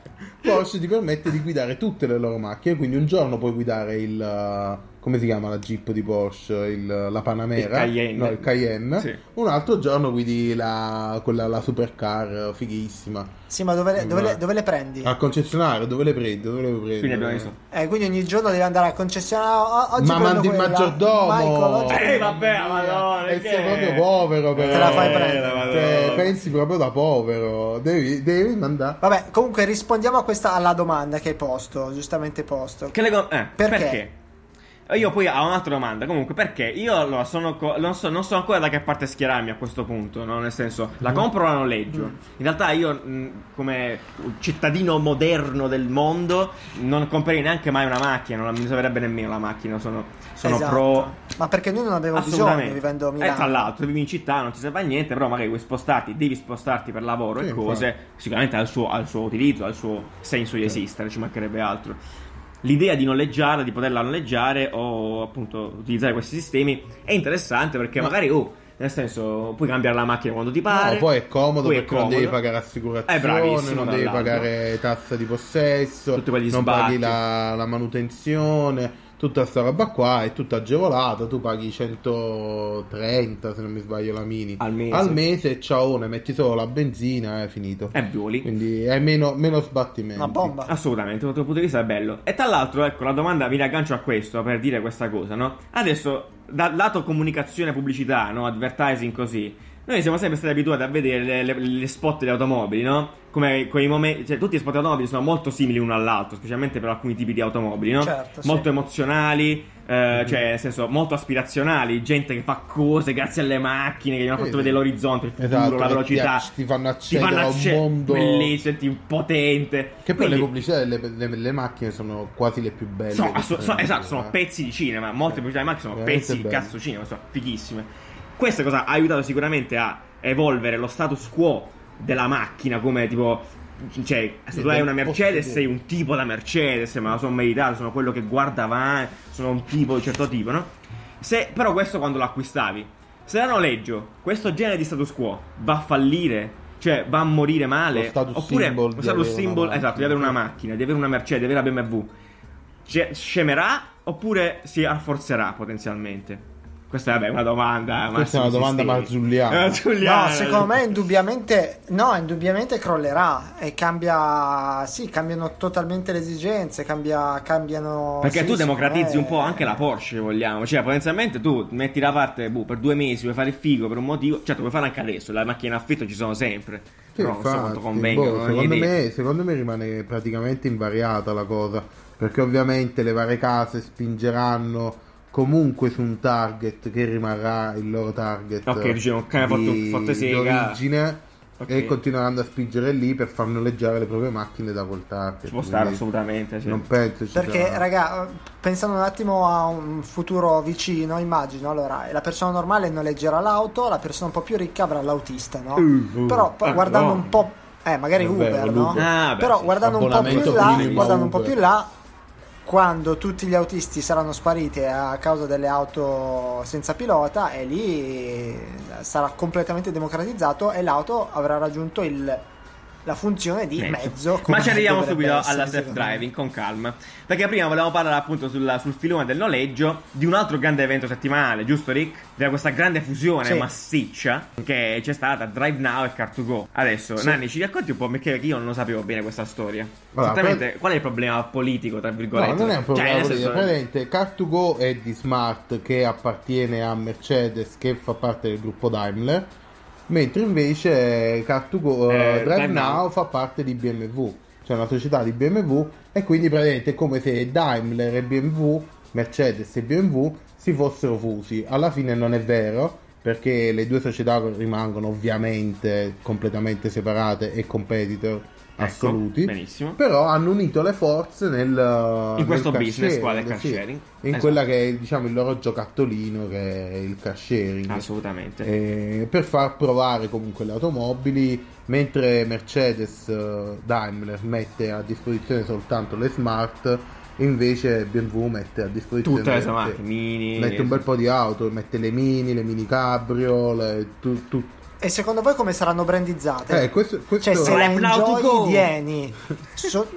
S3: Porsche ti permette di guidare tutte le loro macchine, quindi un giorno puoi guidare il uh, come si chiama la Jeep di Porsche, il, la Panamera,
S1: Il Cayenne.
S3: no, il Cayenne.
S1: Sì.
S3: Un altro giorno guidi la quella la supercar eh, fighissima.
S4: Sì, ma dove le, dove le- dove le prendi?
S3: Al concessionario, dove le prendi? Dove le prendi?
S1: Quindi abbiamo visto.
S4: Eh, quindi ogni giorno devi andare al concessionario. o- Oggi
S3: Ma
S4: prendo
S3: mandi il
S4: quella.
S3: maggiordomo!
S4: Michael, oggi
S1: Eh,
S4: prendo-
S1: vabbè, ma no,
S3: E
S1: perché-
S3: sei proprio povero, però.
S4: Te la
S1: Eh,
S4: fai prendere.
S1: la Madonna.
S3: Cioè, pensi proprio da povero. Devi, devi mandare.
S4: Vabbè, comunque rispondiamo a questa alla domanda che hai posto, giustamente posto.
S1: Che le com- eh,
S4: Certo. Perché?
S1: perché? Io poi ho un'altra domanda. Comunque, perché? Io allora, sono co- non, so, non so ancora da che parte schierarmi a questo punto. no? Nel senso,
S4: Mm.
S1: la compro o la noleggio? In realtà, io, mh, come cittadino moderno del mondo, non comprerei neanche mai una macchina. Non mi servirebbe nemmeno la macchina. Sono, sono
S4: Esatto.
S1: pro.
S4: Ma perché noi non abbiamo bisogno
S1: Assolutamente.
S4: vivendo a
S1: Eh, tra
S4: Milano?
S1: l'altro, se vivi in città, non ti serve a niente, però magari vuoi spostarti, devi spostarti per lavoro
S3: Sì,
S1: e cose. Sicuramente ha il, suo, ha il suo utilizzo, ha il suo senso di esistere, ci mancherebbe altro. L'idea di noleggiare, di poterla noleggiare o appunto utilizzare questi sistemi è interessante perché magari, oh, nel senso, puoi cambiare la macchina quando ti pare.
S3: No, poi è comodo
S1: poi è
S3: perché non devi
S1: comodo. Eh,
S3: pagare assicurazione,
S1: È bravissimo,
S3: non
S1: tra
S3: devi
S1: l'altro.
S3: pagare tassa di possesso,
S1: Tutti quegli
S3: non
S1: sbatti.
S3: paghi la, la manutenzione, tutta sta roba qua è tutta agevolata, tu paghi 130 se non mi sbaglio la mini
S1: Al mese.
S3: e ciao, ne metti solo la benzina e è finito.
S1: E violi.
S3: Quindi è meno, meno sbattimento.
S4: Una bomba.
S1: Assolutamente, dal tuo punto di vista è bello. E tra l'altro, ecco, la domanda mi riaggancio a questo per dire questa cosa, no? Adesso, dal lato comunicazione, pubblicità, no? Advertising così. Noi siamo sempre stati abituati a vedere le, le- le spot delle automobili, no? Come quei momenti. Cioè, tutti gli spot delle automobili sono molto simili l'uno all'altro, specialmente per alcuni tipi di automobili, no?
S4: Certo, sì. Mm-hmm.
S1: molto emozionali, eh, cioè, nel senso, molto aspirazionali, gente che fa cose grazie alle macchine, che gli hanno
S3: Sì,
S1: fatto
S3: sì.
S1: vedere l'orizzonte, il futuro,
S3: Esatto,
S1: la
S3: che ti
S1: velocità.
S3: acc- ti fanno
S1: Ti
S3: accedere
S1: fanno
S3: a un
S1: acce-
S3: mondo-
S1: bellissimo, ti- potente.
S3: Che poi le
S1: Quindi-
S3: pubblicità delle, delle- delle macchine sono quasi le più belle.
S1: sono,
S3: che
S1: assu-
S3: ci
S1: so-
S3: sono,
S1: esatto,
S3: eh.
S1: sono pezzi di cinema. Molte pubblicità di macchine sono
S3: Veramente
S1: pezzi di
S3: belle.
S1: cazzo di cinema, sono fighissime. Questa cosa ha aiutato sicuramente a evolvere lo status quo della macchina, come tipo. Cioè, se
S3: Sì,
S1: tu hai
S3: del
S1: una Mercedes,
S3: possedere.
S1: sei un tipo da Mercedes, ma la sono meritato, sono quello che guarda avanti, sono un tipo di certo tipo, no? Se, però questo quando lo acquistavi. Se la noleggio, questo genere di status quo va a fallire? Cioè, va a morire male?
S3: Lo status
S1: Oppure
S3: symbol
S1: lo
S3: di
S1: status
S3: avere una
S1: symbol,
S3: macchina.
S1: esatto, di avere una macchina, di avere una Mercedes, di avere la BMW. Cioè, scemerà oppure si rafforzerà potenzialmente? Questa vabbè, è una domanda. eh,
S3: Questa è
S1: Massimo
S3: una domanda
S1: Sistemi. *laughs*
S3: marzulliana.
S1: Marzulliana.
S4: No, secondo me indubbiamente no, indubbiamente crollerà e cambia sì, cambiano totalmente le esigenze, cambia, cambiano
S1: Perché
S4: sì,
S1: tu
S4: sì,
S1: democratizzi
S4: eh.
S1: un po' anche la Porsche, se vogliamo. Cioè, potenzialmente tu metti da parte boh, per due mesi, vuoi fare il figo per un motivo. Certo, puoi fare anche adesso, le macchine in affitto ci sono sempre.
S3: Sì,
S1: però non so
S3: infatti,
S1: quanto convengono.
S3: boh,
S1: non
S3: secondo,
S1: gli dico.
S3: me, secondo me rimane praticamente invariata la cosa, perché ovviamente le varie case spingeranno comunque su un target che rimarrà il loro target
S1: Ok,
S3: eh,
S1: dicevo, ok, ha fatto-
S3: di-
S1: fatto
S3: di
S1: sega.
S3: origine
S1: Ok.
S3: e continueranno a spingere lì per far noleggiare le proprie macchine da quel target.
S1: Ci può stare
S3: quindi
S1: assolutamente. sì.
S3: Non penso ci
S4: Perché,
S3: sarà.
S4: raga, pensando un attimo a un futuro vicino, immagino, allora, la persona normale noleggerà l'auto, la persona un po' più ricca avrà l'autista, no?
S3: Uh, uh,
S4: Però
S1: ah,
S4: po- guardando
S1: no.
S4: un po'... Eh, magari
S3: È
S4: Uber,
S3: vero,
S4: no?
S3: l'Uber.
S1: Ah, beh,
S4: Però
S1: sì.
S4: guardando un po' più
S3: Abbonamento
S4: in là,
S3: minimo
S4: guardando un po'
S3: Uber.
S4: più in là, quando tutti gli autisti saranno spariti a causa delle auto senza pilota, e lì sarà completamente democratizzato e l'auto avrà raggiunto il- la funzione di
S1: Mezzo.
S4: mezzo. come
S1: Ma ci arriviamo
S4: dovrebbe
S1: subito
S4: essere,
S1: alla
S4: secondo
S1: self
S4: me.
S1: driving con calma. Perché prima volevamo parlare appunto sulla- sul filone del noleggio di un altro grande evento settimanale, giusto Rick? C'era questa grande fusione
S4: Sì.
S1: massiccia che c'è stata tra Drive Now e Car2Go. Adesso,
S4: Sì.
S1: Nanni, ci racconti un po' perché io non lo sapevo bene questa storia.
S3: Allora,
S1: Esattamente, qual è il problema politico, tra virgolette?
S3: No, non è un problema.
S1: Cioè, nel
S3: politico,
S1: senso-
S3: praticamente Car2Go è di Smart che appartiene a Mercedes che fa parte del gruppo Daimler, mentre invece Car2Go
S1: Eh, Drive
S3: eh, Drive Now,
S1: Now
S3: fa parte di BMW, cioè una società di BMW e quindi praticamente è come se Daimler e BMW, Mercedes e BMW si fossero fusi. Alla fine non è vero perché le due società rimangono ovviamente completamente separate e competitor
S1: Ecco,
S3: assoluti.
S1: Benissimo.
S3: Però hanno unito le forze nel
S1: In questo
S3: nel car
S1: business qua del car
S3: sì.
S1: sharing.
S3: in
S1: Esatto.
S3: quella che è diciamo il loro giocattolino che è il car sharing.
S1: Ah, Assolutamente.
S3: Eh, per far provare comunque le automobili, mentre Mercedes eh, Daimler mette a disposizione soltanto le smart, invece BMW mette a disposizione
S1: Tutte le sue
S3: sì,
S1: marche, mini.
S3: Mette un bel po' di auto, mette le mini, le mini cabrio, le, tu- tu-
S4: E secondo voi come saranno brandizzate?
S3: Eh, questo- questo-
S4: Cioè, se
S1: Drive
S4: le
S1: Now to go.
S4: enjoy vieni, so-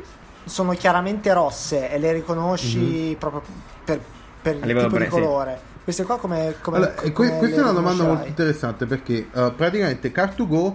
S4: sono chiaramente rosse e le riconosci
S3: Mhm.
S4: proprio per, per il
S1: A livello
S4: tipo di
S1: brand, sì.
S4: colore. Queste qua come... come,
S3: Allora,
S4: come
S3: e que-
S4: le
S3: questa è una domanda molto
S4: riconoscerai?
S3: interessante perché eh, praticamente Car2Go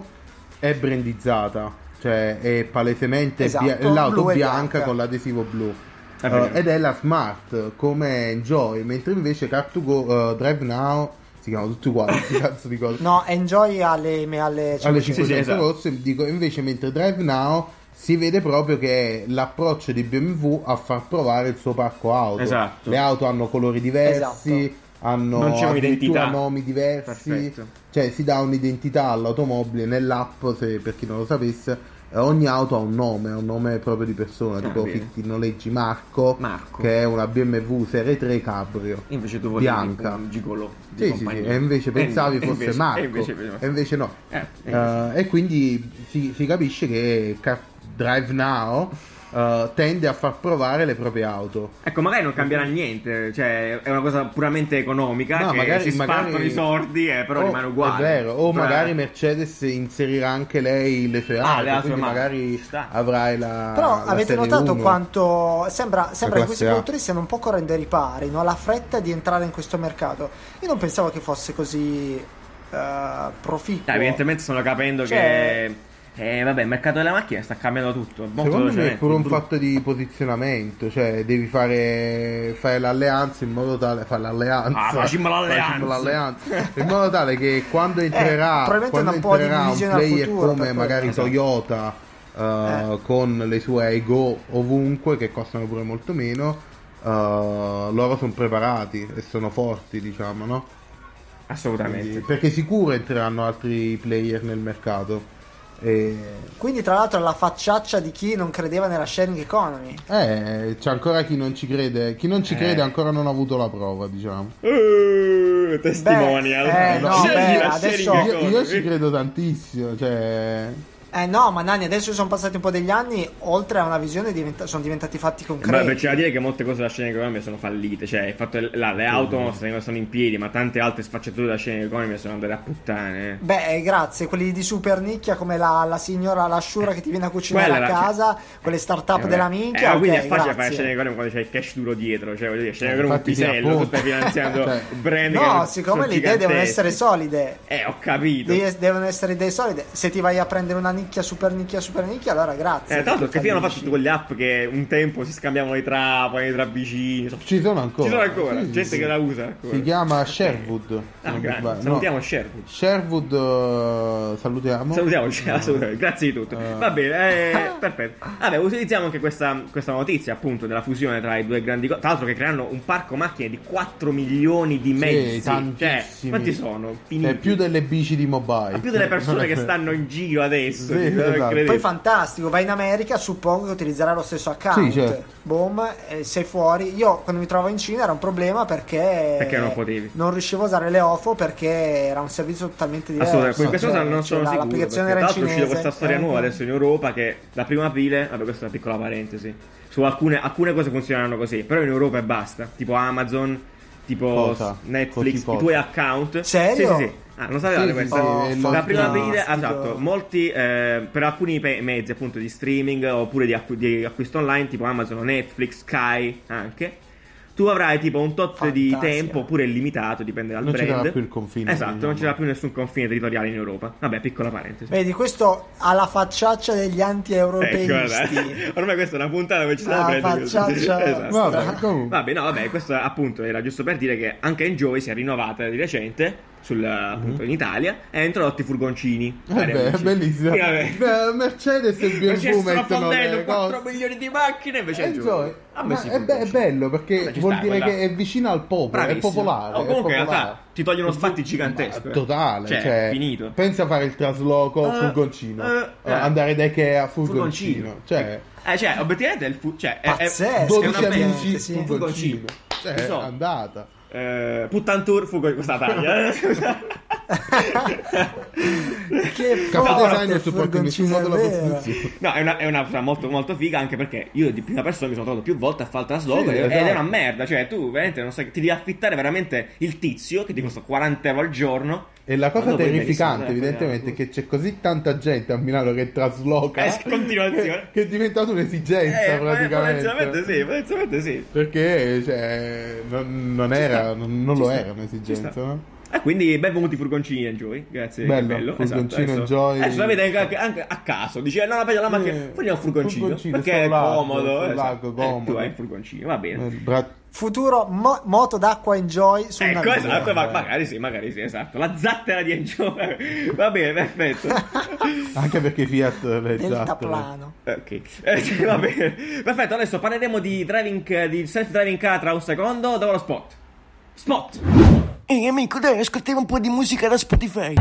S3: è brandizzata, cioè è palesemente
S4: Esatto,
S3: bia- è l'auto
S4: blu e
S3: bianca,
S4: bianca.
S3: con l'adesivo blu.
S1: È
S3: Eh,
S1: vero.
S3: ed è la smart come Enjoy, mentre invece Car2Go eh, Drive Now si chiamano tutti uguali, *laughs* sti cazzo di cose.
S4: No, enjoy alle... alle
S3: Alle
S1: sì,
S3: 500
S1: esatto.
S3: rosse, dico, invece mentre Drive Now si vede proprio che è l'approccio di BMW a far provare il suo parco auto.
S1: Esatto.
S3: Le auto hanno colori diversi,
S4: Esatto.
S3: hanno
S1: Non c'è
S3: addirittura
S1: un'identità.
S3: nomi diversi.
S1: Perfetto.
S3: Cioè si dà un'identità all'automobile nell'app, se, per chi non lo sapesse, eh, ogni auto ha un nome, ha un nome proprio di persona,
S1: Ah,
S3: tipo
S1: bene.
S3: fitti noleggi Marco,
S1: Marco.
S3: che è una BMW Serie 3 Cabrio.
S1: Invece tu volevi
S3: bianca.
S1: un gigolo di
S3: Sì, sì, sì,
S1: compagnia.
S3: e invece pensavi
S1: e
S3: fosse
S1: invece-
S3: Marco,
S1: E invece,
S3: e invece no.
S1: Eh, e
S3: Eh,
S1: invece-
S3: e quindi si, si capisce che Car- Drive Now eh, tende a far provare le proprie auto.
S1: Ecco, magari non cambierà niente, cioè è una cosa puramente economica,
S3: No,
S1: che si spartono i sordi, eh, però
S3: Oh,
S1: rimane uguale.
S3: È vero, o
S1: Cioè,
S3: magari Mercedes inserirà anche lei le sue
S1: Ah,
S3: auto,
S1: le altre
S3: quindi
S1: marche,
S3: magari
S1: ci sta.
S3: avrai la
S4: Però
S3: Ah, la
S4: avete
S3: serie
S4: notato
S3: 1.
S4: quanto sembra, sembra
S3: classe
S4: che questi
S3: A.
S4: produttori siano un po' correndo ai ripari, no? la fretta di entrare in questo mercato. Io non pensavo che fosse così eh, proficuo.
S1: eh, evidentemente stanno capendo
S4: Cioè-
S1: che... Eh, vabbè, il mercato della macchina sta cambiando tutto. molto
S3: Secondo me è
S1: velocemente,
S3: pure un
S1: brutto.
S3: fatto di posizionamento, cioè devi fare, fare l'alleanza in modo tale, fare l'alleanza,
S1: Ah, facciamo l'alleanza.
S3: Facciamo l'alleanza. in modo tale che quando entrerà,
S4: Eh, probabilmente
S3: quando
S4: un po' di
S3: entrerà un
S4: divisione al
S3: player
S4: futuro, per
S3: come
S4: quello.
S3: magari
S1: Esatto.
S3: Toyota eh, con le sue Ego ovunque che costano pure molto meno, eh, loro sono preparati e sono forti, diciamo, no?
S1: Assolutamente.
S3: Quindi- perché sicuro entreranno altri player nel mercato. E
S4: Quindi, tra l'altro, la facciaccia di chi non credeva nella sharing economy.
S3: Eh, c'è ancora chi non ci crede. Chi non ci
S1: Eh.
S3: crede ancora non ha avuto la prova, diciamo.
S1: Eh, testimonial. *laughs*
S4: Beh, eh, no,
S1: Scegli
S4: beh,
S1: la
S4: adesso-
S1: sharing
S3: Io,
S1: economy.
S3: io ci credo tantissimo, cioè...
S4: Eh no, ma Nani, adesso sono passati un po' degli anni, oltre a una visione diventa- sono diventati fatti
S1: Beh,
S4: concreti.
S1: beh, c'è da dire che molte cose della scena economica sono fallite, cioè il fatto che la- le auto sono- sono in piedi, ma tante altre sfaccettature della scena economica sono andate a puttane.
S4: Beh, eh, grazie, quelli di super nicchia come la, la signora Lasciura che ti viene a cucinare
S1: Eh, Quella
S4: a
S1: era-
S4: casa, quelle
S1: Eh,
S4: start-up
S1: vabbè.
S4: della minchia.
S1: Eh, ma quindi
S4: ok,
S1: è facile fare
S4: grazie.
S1: scena economica quando c'è il cash duro dietro, cioè voglio dire, scena economica è un
S3: Infatti sì,
S1: pisello, tu
S3: appunto.
S1: stai finanziando
S3: *laughs* Cioè,
S1: brand che
S4: No,
S1: sono
S4: siccome le idee devono
S1: giganteschi.
S4: essere solide,
S1: Eh, ho capito.
S4: devi- devono essere idee solide. Se ti vai a prendere una nicchia, super nicchia, super nicchia, allora grazie.
S1: Eh, tra l'altro, che fino hanno fatto tutte
S4: Fallisci.
S1: quelle app che un tempo si scambiavano le trapane, i trabbicini. insomma.
S3: Ci sono ancora.
S1: Ci sono ancora,
S3: Sì, sì,
S1: gente
S3: sì.
S1: che la usa ancora.
S3: Si chiama Sherwood. se
S1: Ah,
S3: non mi
S1: grande.
S3: sbaglio.
S1: Salutiamo
S3: No,
S1: Sherwood.
S3: Sherwood, eh, salutiamo.
S1: Salutiamoci, assolutamente. grazie di tutto.
S3: Eh.
S1: Va bene, eh, perfetto. Vabbè, utilizziamo anche questa, questa notizia, appunto, della fusione tra i due grandi. co- Tra l'altro, che creano un parco macchine di 4 milioni di mezzi. cioè,
S3: tantissimi.
S1: quanti sono? Finiti.
S3: Cioè, più delle bici di mobile.
S1: Ma più delle
S3: *laughs*
S1: persone che stanno in giro adesso.
S3: Sì,
S1: non
S3: esatto.
S1: credete.
S4: Poi fantastico, vai in America, suppongo che utilizzerai lo stesso account.
S3: Sì, certo.
S4: Boom, eh, sei fuori. Io quando mi trovavo in Cina era un problema perché
S1: Perché non potevi.
S4: Non riuscivo a usare le OFO perché era un servizio totalmente
S3: eh,
S4: diverso.
S1: Assolutamente, in questa
S4: Cioè,
S1: cosa non sono
S4: la-
S1: sicuro.
S4: L'applicazione
S1: perché
S4: era
S1: tra l'altro è
S4: in cinese.
S1: uscita questa storia
S4: eh.
S1: nuova adesso in Europa che da prima aprile, vabbè questa è una piccola parentesi, su alcune, alcune cose funzionano così, però in Europa e basta, tipo Amazon, tipo
S3: Cosa?
S1: Netflix,
S3: Così poco.
S1: i tuoi account.
S4: Serio?
S1: Sì, sì, sì. Ah, non sapevate
S3: Sì, sì,
S1: questo?
S3: sì,
S4: Oh,
S3: è
S4: fa-
S3: lo-
S1: Da prima
S4: Fantastico.
S1: aprile, esatto, molti, eh, per alcuni pe- mezzi appunto di streaming oppure di, acqu- di acquisto online tipo Amazon, Netflix, Sky anche, tu avrai tipo un tot di
S4: Fantastico.
S1: tempo oppure limitato, dipende dal
S3: Non ci
S1: brand.
S3: sarà più il confine,
S1: Esatto,
S3: diciamo.
S1: non ci sarà più nessun confine territoriale in Europa. Vabbè, piccola parentesi.
S3: Eh,
S4: Vedi, questo ha la facciaccia degli
S1: Ecco,
S4: anti-europeisti.
S1: guarda, *laughs* ormai questa è una puntata dove ci
S4: Ah,
S1: stiamo prendendo.
S4: facciaccia.
S3: Vabbè, comunque.
S1: Esatto. Vabbè, no, vabbè, questo appunto era giusto per dire che anche Enjoy si è rinnovata di recente, sul, appunto in Italia, e ha introdotto i furgoncini.
S3: Mm-hmm. Eh beh, è bellissimo.
S1: Sì, vabbè.
S3: Beh, Mercedes e
S1: Invece
S3: BMW mettono
S1: strafondendo
S3: le
S1: 4
S3: cose.
S1: milioni di macchine invece
S3: Eh,
S1: Enjoy.
S3: Zoe,
S1: Ah, beh,
S3: ma
S1: sì,
S3: è, be- è
S1: furgoncini.
S3: bello perché
S1: Vabbè, ci
S3: vuol
S1: sta,
S3: dire
S1: quella-
S3: che è vicino al popolo, è
S1: Bravissimo.
S3: popolare.
S1: Oh, comunque
S3: è
S1: in
S3: popolare.
S1: realtà ti togliono sfatti giganteschi.
S3: Ma Totale,
S1: Cioè,
S3: cioè,
S1: finito.
S3: Pensa a fare il trasloco
S1: Eh,
S3: furgoncino,
S1: eh,
S3: Eh,
S1: eh.
S3: andare da Ikea a
S1: Furgoncino.
S3: furgoncino, cioè
S1: Eh, cioè, obiettivamente è il fu- cioè, è- è-
S4: Pazzesco. Eh,
S3: 12
S4: secondo me,
S3: amici
S4: sì.
S3: furgoncino.
S1: Furgoncino.
S3: Cioè,
S1: Lo so.
S3: andata.
S1: Eh, Puttantur fu con questa
S3: *laughs*
S1: taglia. eh.
S4: che
S3: Caffè
S4: forte
S3: design non supporta in nessun
S4: furgoncino,
S3: modo la
S4: è vero.
S3: costruzione.
S1: no, è una, è una cosa molto, molto figa anche perché io di prima persona mi sono trovato più volte a fare il trasloco
S3: Sì,
S1: ed
S3: esatto.
S1: è una merda. Cioè, tu veramente non sai, ti devi affittare veramente il tizio che ti costa 40 euro al giorno.
S3: E la cosa
S1: Quando poi
S3: terrificante,
S1: devi stare-
S3: evidentemente, è che c'è così tanta gente a Milano che trasloca
S1: Eh, in continuazione.
S3: *laughs* che, che è diventata un'esigenza
S1: Eh,
S3: praticamente.
S1: potenzialmente sì, potenzialmente sì.
S3: Perché cioè, non, non
S1: Ci
S3: era,
S1: sta.
S3: non, non
S1: Ci
S3: lo
S1: sta.
S3: era
S1: Ci
S3: un'esigenza,
S1: sta.
S3: no?
S1: E Ah, quindi benvenuti furgoncini Enjoy, grazie. che
S3: Bello,
S1: bello.
S3: furgoncino
S1: esatto,
S3: Enjoy.
S1: Adesso, adesso la vede anche, anche- anche a caso, dice no, la peggio la macchina,
S3: Eh,
S1: vogliamo un furgoncino,
S3: furgoncino,
S1: perché
S3: sul
S1: è
S3: lago,
S1: comodo.
S3: sul
S1: esatto.
S3: lago,
S1: Eh,
S3: comodo.
S1: tu hai il furgoncino, va bene.
S3: Eh, bra-
S4: Futuro mo- moto d'acqua enjoy su una
S1: Ecco,
S4: via.
S1: esatto, ma-
S3: eh.
S1: magari sì, magari sì, esatto. La zattera di Enjoy. *laughs* Va bene, perfetto.
S3: anche perché Fiat esatto, le
S1: Esatto.
S3: zattole.
S4: deltaplano.
S1: ok, Eh, va bene. Perfetto, adesso parleremo di, driving, di self-driving car tra un secondo, dopo lo spot. Spot!
S5: Ehi amico, dai, ascoltiamo un po' di musica da Spotify.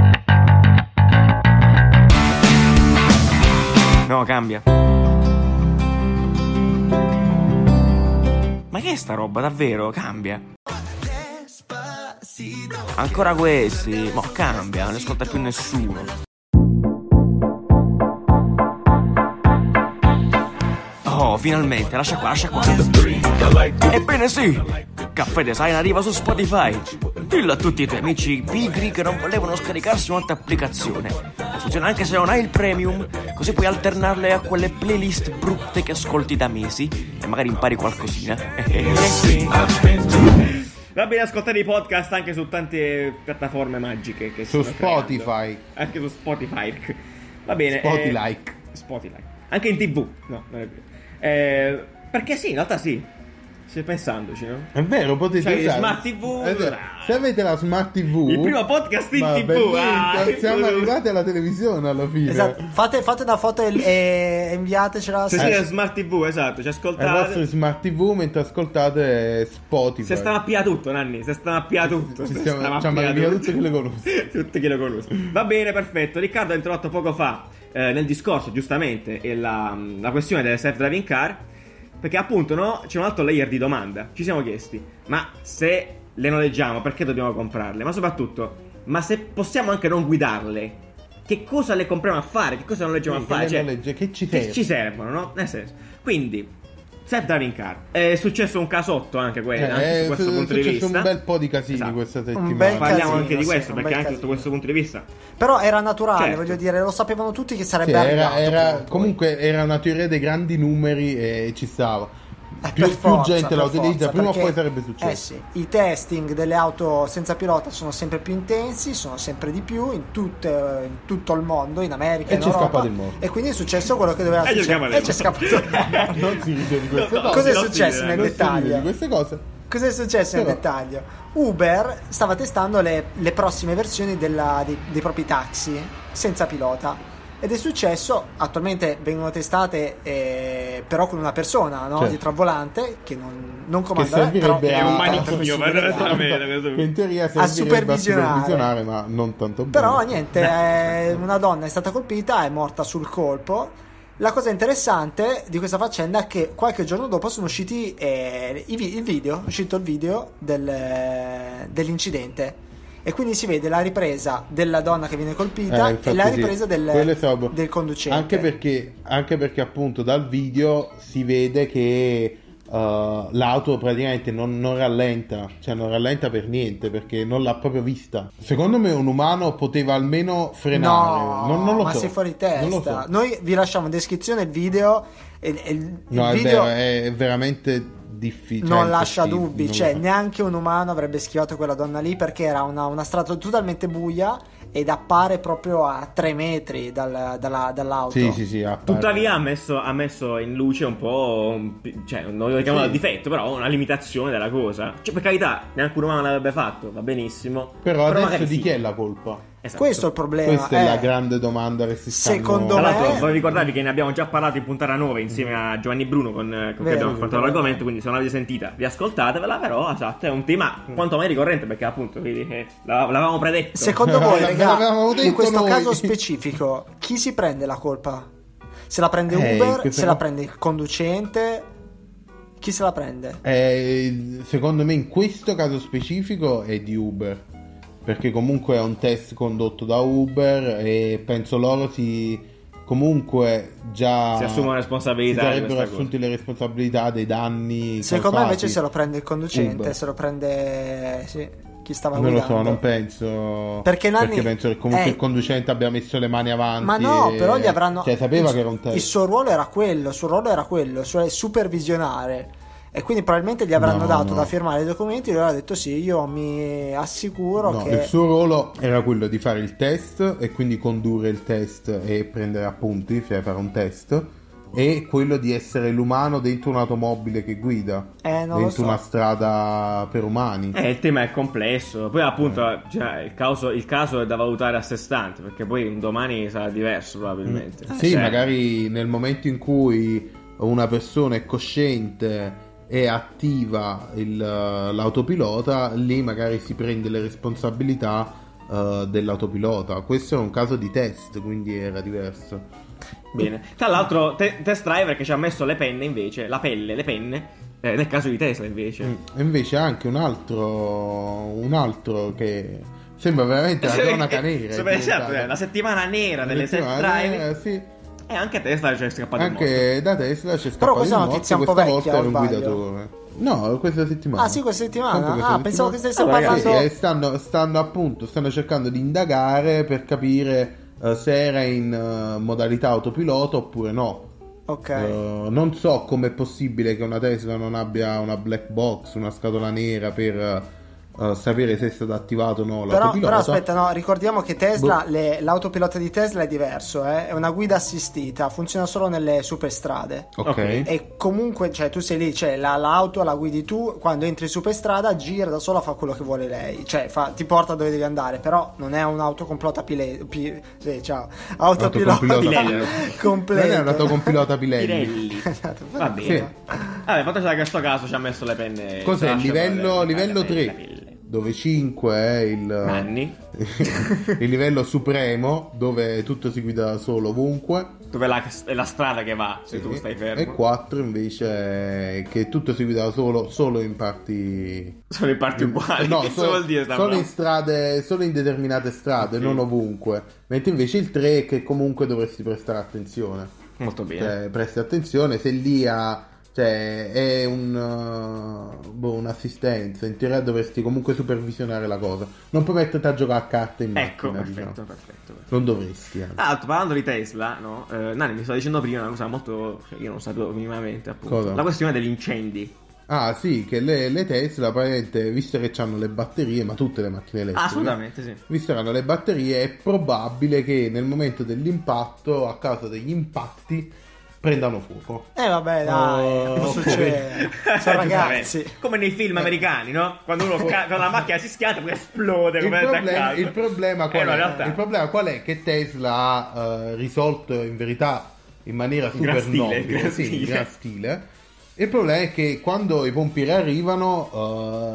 S1: No, cambia. Ma che è sta roba, davvero? Cambia. Ancora questi? Mo cambia, non ne ascolta più nessuno. Oh, finalmente, lascia qua, lascia qua. Ebbene sì, Caffè Design arriva su Spotify. Dillo a tutti i tuoi amici pigri che non volevano scaricarsi un'altra applicazione. Funziona anche se non hai il premium, così puoi alternarle a quelle playlist brutte che ascolti da mesi e magari impari qualcosina. Va bene ascoltare i podcast anche su tante piattaforme magiche che
S3: Su Spotify.
S1: Anche su Spotify. Va bene. eh,
S3: Spotify.
S1: Spotify. Anche in tv. No, non è vero. Eh, perché sì, in realtà sì. Stai pensandoci, no?
S3: È vero, potete
S1: Cioè,
S3: usare
S1: Smart TV,
S3: È vero.
S1: ah.
S3: Se avete la Smart TV,
S1: Il primo podcast in
S3: ma
S1: TV,
S3: bellissimo,
S1: ah, che
S3: siamo
S1: bello.
S3: arrivati alla televisione alla fine.
S4: Esatto. Fate, fate una foto e, e inviatecela.
S1: Se
S4: su-
S3: Eh.
S1: siete smart TV, esatto, ci
S3: Ai vostri
S1: ascoltate.
S3: Smart TV mentre ascoltate Spotify.
S1: Se sta mappia tutto, Nanni, se sta mappia tutto.
S3: Ci
S1: se
S3: stiamo-
S1: sta
S3: ci hanno
S1: mappia
S3: mandato tutti che lo conoscono.
S1: *laughs* tutti che lo conoscono. Va bene, perfetto. Riccardo ha introdotto poco fa eh, nel discorso, giustamente, e la, la questione delle self-driving car. Perché appunto, no, c'è un altro layer di domanda. Ci siamo chiesti, ma se le noleggiamo, perché dobbiamo comprarle? Ma soprattutto, ma se possiamo anche non guidarle? Che cosa le compriamo a fare? Che cosa noleggiamo
S3: Sì,
S1: a
S3: che
S1: fare? Cioè,
S3: le noleggi- che ci serve?
S1: ci servono, no? Nel senso. Quindi, self-driving car. È successo un casotto anche quello,
S3: Eh,
S1: anche su
S3: è
S1: questo
S3: su-
S1: punto di
S3: successo
S1: vista.
S3: un bel po' di casini
S1: Esatto.
S3: questa
S4: Un
S3: settimana.
S4: bel
S1: Parliamo
S4: casino,
S1: anche di
S4: sì,
S1: questo,
S4: un bel
S1: perché anche sotto
S4: casino.
S1: questo punto di vista
S4: Però era naturale,
S1: Certo.
S4: voglio dire, lo sapevano tutti che
S3: Sì,
S4: sarebbe
S3: era-
S4: arrivato.
S3: era-
S4: poi.
S3: comunque era una teoria dei grandi numeri e ci stava.
S4: Eh,
S3: più-
S4: per
S3: più
S4: forza,
S3: gente
S4: per
S3: la utilizza,
S4: forza,
S3: prima o
S4: perché-
S3: poi sarebbe successo.
S4: eh sì, I testing delle auto senza pilota sono sempre più intensi, sono sempre di più in, tutte- in tutto il mondo, in America,
S3: E
S4: in
S3: ci è
S4: Europa,
S3: scappato il mondo.
S4: E quindi è successo quello che doveva
S6: E gli è
S4: succedere.
S6: scappato
S4: E
S6: il
S4: c'è
S6: mondo.
S4: scappato
S3: *laughs*
S4: il mondo.
S3: non si ride di queste
S6: No, no,
S3: cose.
S6: eh,
S4: Cosa è
S6: non si
S4: successo
S6: ride,
S4: nel
S3: non si ride di
S4: dettaglio?
S3: queste cose.
S4: Cosa è successo nel
S3: Però-
S4: dettaglio? Uber stava testando le, le prossime versioni della- dei, dei propri taxi senza pilota. Ed è successo, attualmente vengono testate eh, però con una persona no?
S3: Certo.
S4: dietro al volante che non, non comanda.
S3: servirebbe
S4: però-
S6: È
S3: Ah,
S6: un
S4: per
S6: manicomio,
S4: supervisare.
S6: veramente. questo-
S3: Che in teoria
S4: A
S3: servirebbe a
S4: supervisionare.
S3: supervisionare, ma non tanto bene.
S4: Però niente, eh, una donna è stata colpita, è morta sul colpo. La cosa interessante di questa faccenda è che qualche giorno dopo sono usciti eh, i vi- il video, è uscito il video del, eh, dell'incidente. E quindi si vede la ripresa della donna che viene colpita
S3: Eh,
S4: e
S3: infatti
S4: la
S3: sì.
S4: ripresa
S3: Quello è
S4: del,
S3: sopra.
S4: del conducente.
S3: Anche perché, anche perché appunto dal video si vede che eh, l'auto praticamente non, non rallenta, cioè non rallenta per niente perché non l'ha proprio vista. Secondo me un umano poteva almeno frenare,
S4: No,
S3: non, non lo
S4: ma
S3: so.
S4: sei fuori
S3: Non lo
S4: testa.
S3: so.
S4: Noi vi lasciamo in descrizione il video. E, e il
S3: No, è,
S4: video
S3: vero, è è veramente difficile.
S4: non lascia
S3: impossibile,
S4: dubbi,
S3: non lo
S4: cioè
S3: so.
S4: neanche un umano avrebbe schivato quella donna lì perché era una, una strada totalmente buia ed appare proprio a 3 metri dal- dalla- dall'auto.
S3: Sì, sì, sì, appare.
S6: Tuttavia ha messo, ha messo in luce un po', un pi- cioè non voglio chiamarlo
S3: Sì.
S6: difetto, però una limitazione della cosa. Cioè per carità, neanche un umano l'avrebbe fatto, va benissimo.
S3: Però, adesso
S6: magari
S3: di
S6: sì.
S3: chi è la colpa?
S6: Esatto.
S4: Questo è il problema.
S3: Questa è la
S4: eh.
S3: grande domanda che si stanno-
S4: Secondo
S6: Tra
S4: me-
S6: l'altro vorrei ricordarvi che ne abbiamo già parlato in puntata 9 insieme a Giovanni Bruno con, con cui
S4: Vero.
S6: abbiamo affrontato l'argomento, quindi se non l'avete sentita vi ascoltatevela, però esatto, è un tema
S3: Mm.
S6: quanto mai ricorrente perché appunto vedi, eh, l'av- l'avevamo predetto.
S3: *laughs*
S4: Secondo voi,
S3: L'avevamo
S4: raga,
S3: detto
S4: in questo
S3: noi.
S4: caso specifico, chi si prende la colpa? Se la prende
S3: Eh,
S4: Uber,
S3: questo
S4: se
S3: no.
S4: la prende il conducente, chi se la prende?
S3: Eh, secondo me in questo caso specifico è di Uber, perché comunque è un test condotto da Uber e penso loro si comunque già
S6: Si assumono
S3: si
S6: responsabilità di
S3: sarebbero
S6: questa cosa.
S3: assunti le responsabilità dei danni.
S4: Secondo
S3: causati.
S4: me invece se lo prende il conducente,
S3: Uber.
S4: se lo prende sì, chi stava
S3: Non lo
S4: guidando.
S3: so, non penso.
S4: Perché Nanni-
S3: penso che comunque
S4: eh.
S3: il conducente abbia messo le mani avanti.
S4: Ma no,
S3: e-
S4: però gli avranno.
S3: Cioè, sapeva
S4: il-
S3: che era un test.
S4: Il suo ruolo era quello, il suo ruolo era quello, cioè supervisionare. E quindi probabilmente gli avranno
S3: No,
S4: dato
S3: no.
S4: da firmare i documenti. Lui ha detto: Sì, io mi assicuro
S3: No,
S4: che.
S3: il suo ruolo era quello di fare il test e quindi condurre il test e prendere appunti, cioè fare un test, e quello di essere l'umano dentro un'automobile che guida,
S4: Eh, non lo
S3: dentro
S4: so.
S3: una strada per umani.
S6: Eh, il tema è complesso. Poi, appunto,
S3: Eh.
S6: cioè, il, caso, il caso è da valutare a sé stante, perché poi un domani sarà diverso, probabilmente.
S4: Eh,
S3: Mm. Sì,
S6: Cioè,
S3: magari nel momento in cui una persona è cosciente e attiva il, eh, l'autopilota, lì magari si prende le responsabilità eh, dell'autopilota. Questo è un caso di test, quindi era diverso.
S6: Bene. Tra l'altro, te- test driver che ci ha messo le penne invece, la pelle, le penne, eh, nel caso di Tesla invece.
S3: Mm. E invece anche un altro, un altro che sembra veramente la cronaca nera.
S6: *laughs* Sì, esatto, eh, la settimana nera delle test driver.
S3: drive sì.
S6: E Eh, anche a Tesla c'è scappato il morto.
S3: Anche da Tesla c'è scappato
S4: Però questa
S3: il
S4: è una notizia
S3: morto,
S4: un po'
S3: questa
S4: vecchia,
S3: volta
S4: o
S3: era un
S4: sbaglio?
S3: guidatore. No, questa settimana.
S4: Ah, sì, questa settimana?
S3: Sempre
S4: Ah, pensavo che stessimo
S6: Allora, ragazzi,
S4: parlando.
S3: Sì, eh, stanno, stanno appunto, stanno cercando di indagare per capire eh, se era in eh, modalità autopilota oppure no.
S4: Ok.
S3: Eh, non so com'è possibile che una Tesla non abbia una black box, una scatola nera per eh, sapere se è stato attivato o no
S4: Però,
S3: l'autopilota.
S4: però aspetta, no, ricordiamo che Tesla,
S3: Boh.
S4: le- l'autopilota di Tesla è diverso, eh, è una guida assistita, funziona solo nelle superstrade.
S3: Ok.
S6: Ok.
S4: E comunque, cioè, tu sei lì, cioè, la, l'auto la guidi tu, quando entri su per strada gira da sola, fa quello che vuole lei, cioè, fa- ti porta dove devi andare, però non è un'auto complota pile... pi- sì, ciao, autopilota
S3: Autocompilota.
S4: *laughs* completo. Esatto,
S3: Non è un
S4: *laughs*
S3: autocompilota Pirelli.
S6: Pirelli.
S3: *laughs*
S6: Va
S4: Va
S6: bene.
S3: bene.
S6: Vabbè, fateci che questo caso ci ha messo le penne.
S3: Cos'è?
S6: Lascia
S3: Livello,
S6: le-
S3: livello
S6: le-
S3: 3,
S6: le pelle.
S3: dove 5 è il,
S6: Nanni.
S3: *laughs* il livello supremo, dove tutto si guida da solo ovunque.
S6: Dove la- è la strada che va se tu stai fermo.
S3: E 4 invece è che tutto si guida da solo, solo in parti
S6: Sono le parti uguali.
S3: *laughs* No,
S6: che
S3: solo-
S6: vuol dire sta
S3: solo
S6: roba?
S3: in strade, solo in determinate strade,
S6: Ok.
S3: non ovunque. Mentre invece il 3 è che comunque dovresti prestare attenzione.
S6: Molto bene.
S3: Cioè, presti attenzione, se lì a Cioè, è un, eh, boh, un'assistenza. In teoria dovresti comunque supervisionare la cosa. Non puoi metterti a giocare a carte in macchina.
S6: Ecco,
S3: diciamo.
S6: perfetto, Ah. perfetto. perfetto.
S3: Non dovresti. anzi.
S6: Tra l'altro, parlando di Tesla, no? Eh, Nani mi stava dicendo prima una cosa molto. cioè, io non sapevo minimamente, appunto.
S3: Cosa?
S6: La questione degli incendi.
S3: Ah, sì, che le, le Tesla, praticamente, visto che hanno le batterie, ma tutte le macchine elettriche.
S6: Ah, assolutamente, sì.
S3: Visto che hanno le batterie, è probabile che nel momento dell'impatto, a causa degli impatti, prendano fuoco.
S4: Eh vabbè, dai,
S3: Oh,
S4: non
S3: ok.
S4: succede. Sono ragazzi.
S6: *laughs* Giustamente. Come nei film americani, no?
S3: *laughs*
S6: Quando uno sca- quando la macchina si schianta, poi esplode
S3: Il
S6: come
S3: problema,
S6: attaccato.
S3: il problema
S6: Eh,
S3: qual
S6: no, in
S3: è?
S6: realtà-
S3: Il problema qual è? Che Tesla ha eh, risolto in verità in maniera
S6: In
S3: super
S6: gran stile, in
S3: nobile,
S6: gran
S3: sì, in
S6: stile.
S3: gran stile. Il problema è che quando i pompieri arrivano,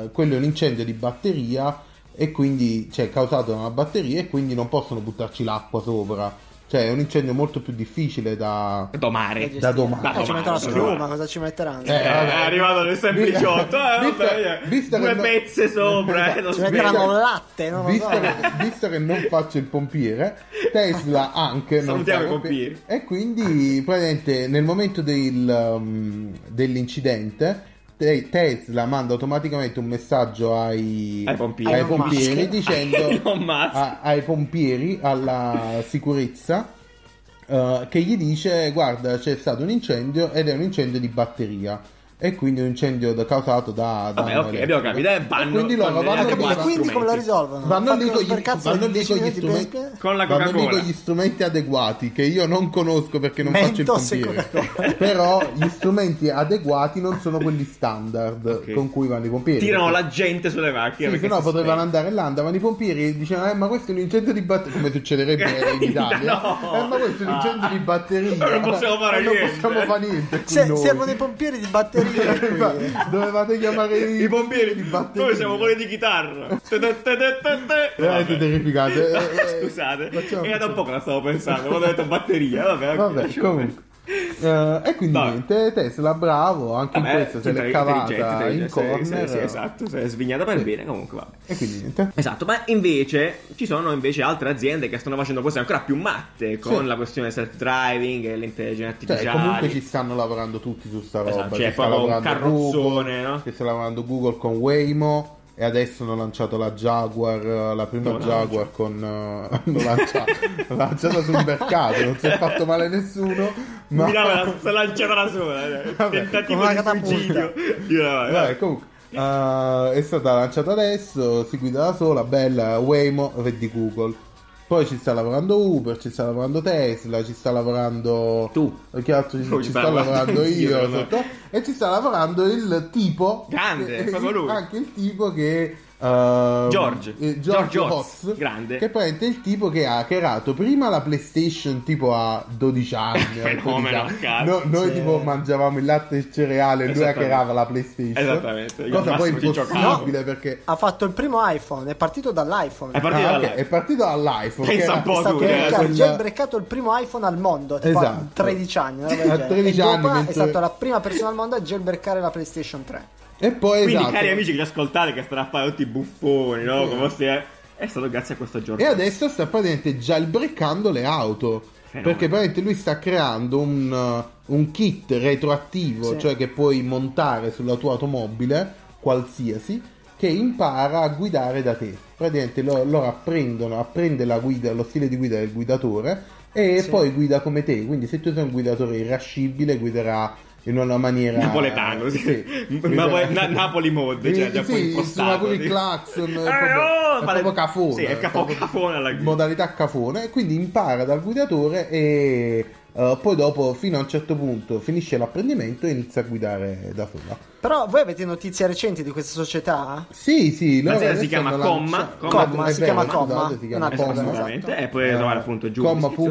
S3: eh, quello è un incendio di batteria e quindi cioè è causato da una batteria e quindi non possono buttarci l'acqua sopra. Cioè è un incendio molto più difficile da,
S6: Domare.
S3: da domani.
S6: Ma
S4: Eh, ci
S6: domani,
S4: mettono la
S6: domani.
S4: schiuma, cosa ci metteranno?
S3: Eh,
S6: Eh,
S3: vabbè.
S6: è arrivato nel sempliciotto. Eh,
S3: Visto-
S6: vabbè, via.
S3: visto che
S6: Due
S3: no-
S6: pezze sopra. eh, lo
S4: ci
S6: sbirro.
S4: metteranno il latte, non lo
S3: Visto,
S4: so. Eh,
S3: che, visto che non faccio il pompiere, Tesla anche non
S6: Salutiamo
S3: fa
S6: i pompieri.
S3: E quindi praticamente nel momento del, um, dell'incidente Te- Tesla manda automaticamente un messaggio ai,
S6: Ai pompieri.
S3: ai
S4: Elon Musk.
S6: *laughs*
S3: pompieri dicendo
S6: Elon Musk.
S3: a- ai pompieri, alla sicurezza eh, che gli dice guarda c'è stato un incendio ed è un incendio di batteria e quindi un incendio da- causato da... da
S6: Vabbè,
S3: un
S6: ok,
S3: elettrico.
S6: abbiamo capito. Eh,
S3: E
S6: vanno-
S3: quindi loro
S6: vanno
S3: vanno
S6: nelle
S3: lì-
S6: quattro
S4: E quindi come lo
S6: strumenti.
S4: risolvono?
S3: Vanno lì
S4: Fanno
S3: con gli-
S4: per cazzo
S3: vanno lì
S4: 10
S3: con gli
S4: minuti di
S3: strumenti.
S4: pesca?
S6: Con la
S3: Vanno lì
S6: Coca-Cola.
S3: con gli strumenti adeguati che io non conosco perché non
S4: Mentos
S3: faccio
S4: e
S3: il pompiere. *laughs*
S4: Coca-Cola.
S3: Però gli strumenti adeguati non sono quelli standard
S6: Ok.
S3: con cui vanno i pompieri.
S6: Tirano
S3: Perché-
S6: la gente sulle
S3: sì,
S6: macchine.
S3: se
S6: perché
S3: no
S6: si
S3: potevano
S6: spegn-
S3: andare là, andavano i pompieri e dicevano: Eh, ma questo è un incendio di batteria. Come
S6: *laughs*
S3: succederebbe in Italia?
S6: No.
S3: Eh, ma questo è un incendio
S6: Ah.
S3: di batteria.
S6: Non possiamo fare
S3: Eh, non
S6: niente."
S3: possiamo fare niente qui
S4: Se-
S3: noi.
S4: servono i pompieri
S3: *laughs*
S4: di batteria qui.
S3: Ma Dovevate chiamare i, *laughs*
S6: I pompieri
S3: di batteria.
S6: Noi siamo quelli di chitarra.
S3: *laughs*
S6: Te, te, te, te, te, te.
S3: Veramente
S6: Vabbè.
S3: terrificante.
S6: *laughs*
S3: Eh, eh,
S6: Scusate,
S3: facciamo-
S6: era da un po' che la stavo pensando. Quando ho detto batteria, vabbè, ok,
S3: Vabbè,
S6: lasciamo
S3: comunque.
S6: perdere.
S3: Eh, e quindi
S6: Vabbè.
S3: niente, Tesla bravo, anche in
S6: Vabbè,
S3: questo se
S6: intelligente,
S3: l'è cavata in
S6: intelligente,
S3: corner.
S6: sì, sì, sì, esatto, si è svignata per bene. Comunque, vabbè.
S3: E quindi niente.
S6: Esatto, ma invece ci sono invece altre aziende che stanno facendo cose ancora più matte con
S3: Sì.
S6: la questione del self-driving e l'intelligenza artificiale.
S3: Cioè, comunque ci stanno lavorando tutti su sta roba.
S6: Esatto, cioè,
S3: ci sta
S6: proprio un
S3: lavorando
S6: carrozzone,
S3: Google,
S6: no?
S3: Ci sta lavorando Google con Waymo. E adesso hanno lanciato la Jaguar, eh, la prima
S6: No, la
S3: Jaguar con. eh, *laughs* hanno lanciato, l'hanno lanciata sul mercato, non si è fatto male nessuno. Ma.
S6: Milano la- si è lanciata da sola. eh.
S3: Vabbè,
S6: Tentativo
S4: con
S6: di
S4: la catapulta.
S6: suicidio. Io, vabbè,
S3: Vabbè,
S6: vabbè.
S3: comunque. eh, è stata lanciata adesso, si guida da sola, bella Waymo eh, di Google. Poi ci sta lavorando Uber, ci sta lavorando Tesla, ci sta lavorando
S6: Tu.
S3: Che altro ci,
S6: Tu
S3: ci
S6: ci
S3: sta
S6: stai
S3: lavorando
S6: lavorando
S3: io
S6: io, no?
S3: sotto- e ci sta lavorando il tipo
S6: Grande,
S3: *laughs* che-
S6: proprio lui.
S3: anche il tipo che ehm,
S6: George.
S3: eh, George
S6: George
S3: Hotz,
S6: Hotz, grande.
S3: che praticamente è il tipo che ha creato prima la PlayStation tipo a 12 anni,
S6: *laughs* Fenomeno,
S3: 12 anni.
S6: cazzo.
S3: No, noi
S4: Sì.
S3: tipo mangiavamo il latte e il cereale e lui ha
S6: Esattamente.
S3: creato la PlayStation
S6: Esattamente, il
S3: cosa poi
S6: massimo di giocattolo.
S3: impossibile perché
S4: Ha fatto il primo iPhone, è partito dall'iPhone.
S6: È partito
S3: Ah,
S6: da
S3: ok,
S6: là.
S3: è partito dall'iPhone
S6: Pensa
S3: che era-
S6: un po'
S4: è stato
S6: tu, eh,
S4: il che ha
S3: quella-
S4: jailbreakato il primo iPhone al mondo, tipo
S3: Esatto.
S4: a 13 anni, una roba del
S3: A
S4: genere.
S3: 13
S4: e dopo
S3: anni, mentre-
S4: è stata la prima persona al mondo a jailbreakare la PlayStation 3.
S3: e poi
S6: Quindi,
S3: esatto,
S6: cari amici che ci ascoltate, che stanno a fare tutti i buffoni, no? Come se è stato grazie a questo giorno.
S3: E adesso sta praticamente jailbreakando le auto.
S6: Fenomeno.
S3: Perché praticamente lui sta creando un, uh, un kit retroattivo,
S4: Sì.
S3: cioè che puoi montare sulla tua automobile, qualsiasi, che impara a guidare da te. Praticamente lo- loro apprendono, apprende la guida, lo stile di guida del guidatore e
S4: Sì.
S3: poi guida come te. Quindi se tu sei un guidatore irascibile, guiderà in una maniera...
S6: Napoletano, sì. *laughs*
S3: guiderà-
S6: Napoli- Na- Napoli mode, cioè, già
S3: Ah, sì,
S6: poi
S3: suona
S6: impostato,
S3: pure il
S6: sì.
S3: claxon, è
S6: Eh,
S3: proprio,
S6: oh,
S3: è
S6: vale-
S3: proprio cafone.
S6: sì, è capo-
S3: proprio-
S6: cafone alla guida.
S3: modalità cafone, quindi impara dal guidatore e eh, poi dopo fino a un certo punto finisce l'apprendimento e inizia a guidare da sola.
S4: Però voi avete notizie recenti di questa società?
S3: Sì, sì, loro
S6: L'azienda si
S3: adesso
S6: chiama
S3: hanno
S6: Comma,
S3: lanciato-
S6: Comma,
S3: Comma,
S4: si
S3: è
S4: chiama
S3: vero,
S4: Comma,
S3: scusate, si chiama
S4: una cosa,
S3: Comma.
S4: esatto.
S6: Esattamente, e puoi
S3: Eh,
S6: trovare appunto giù.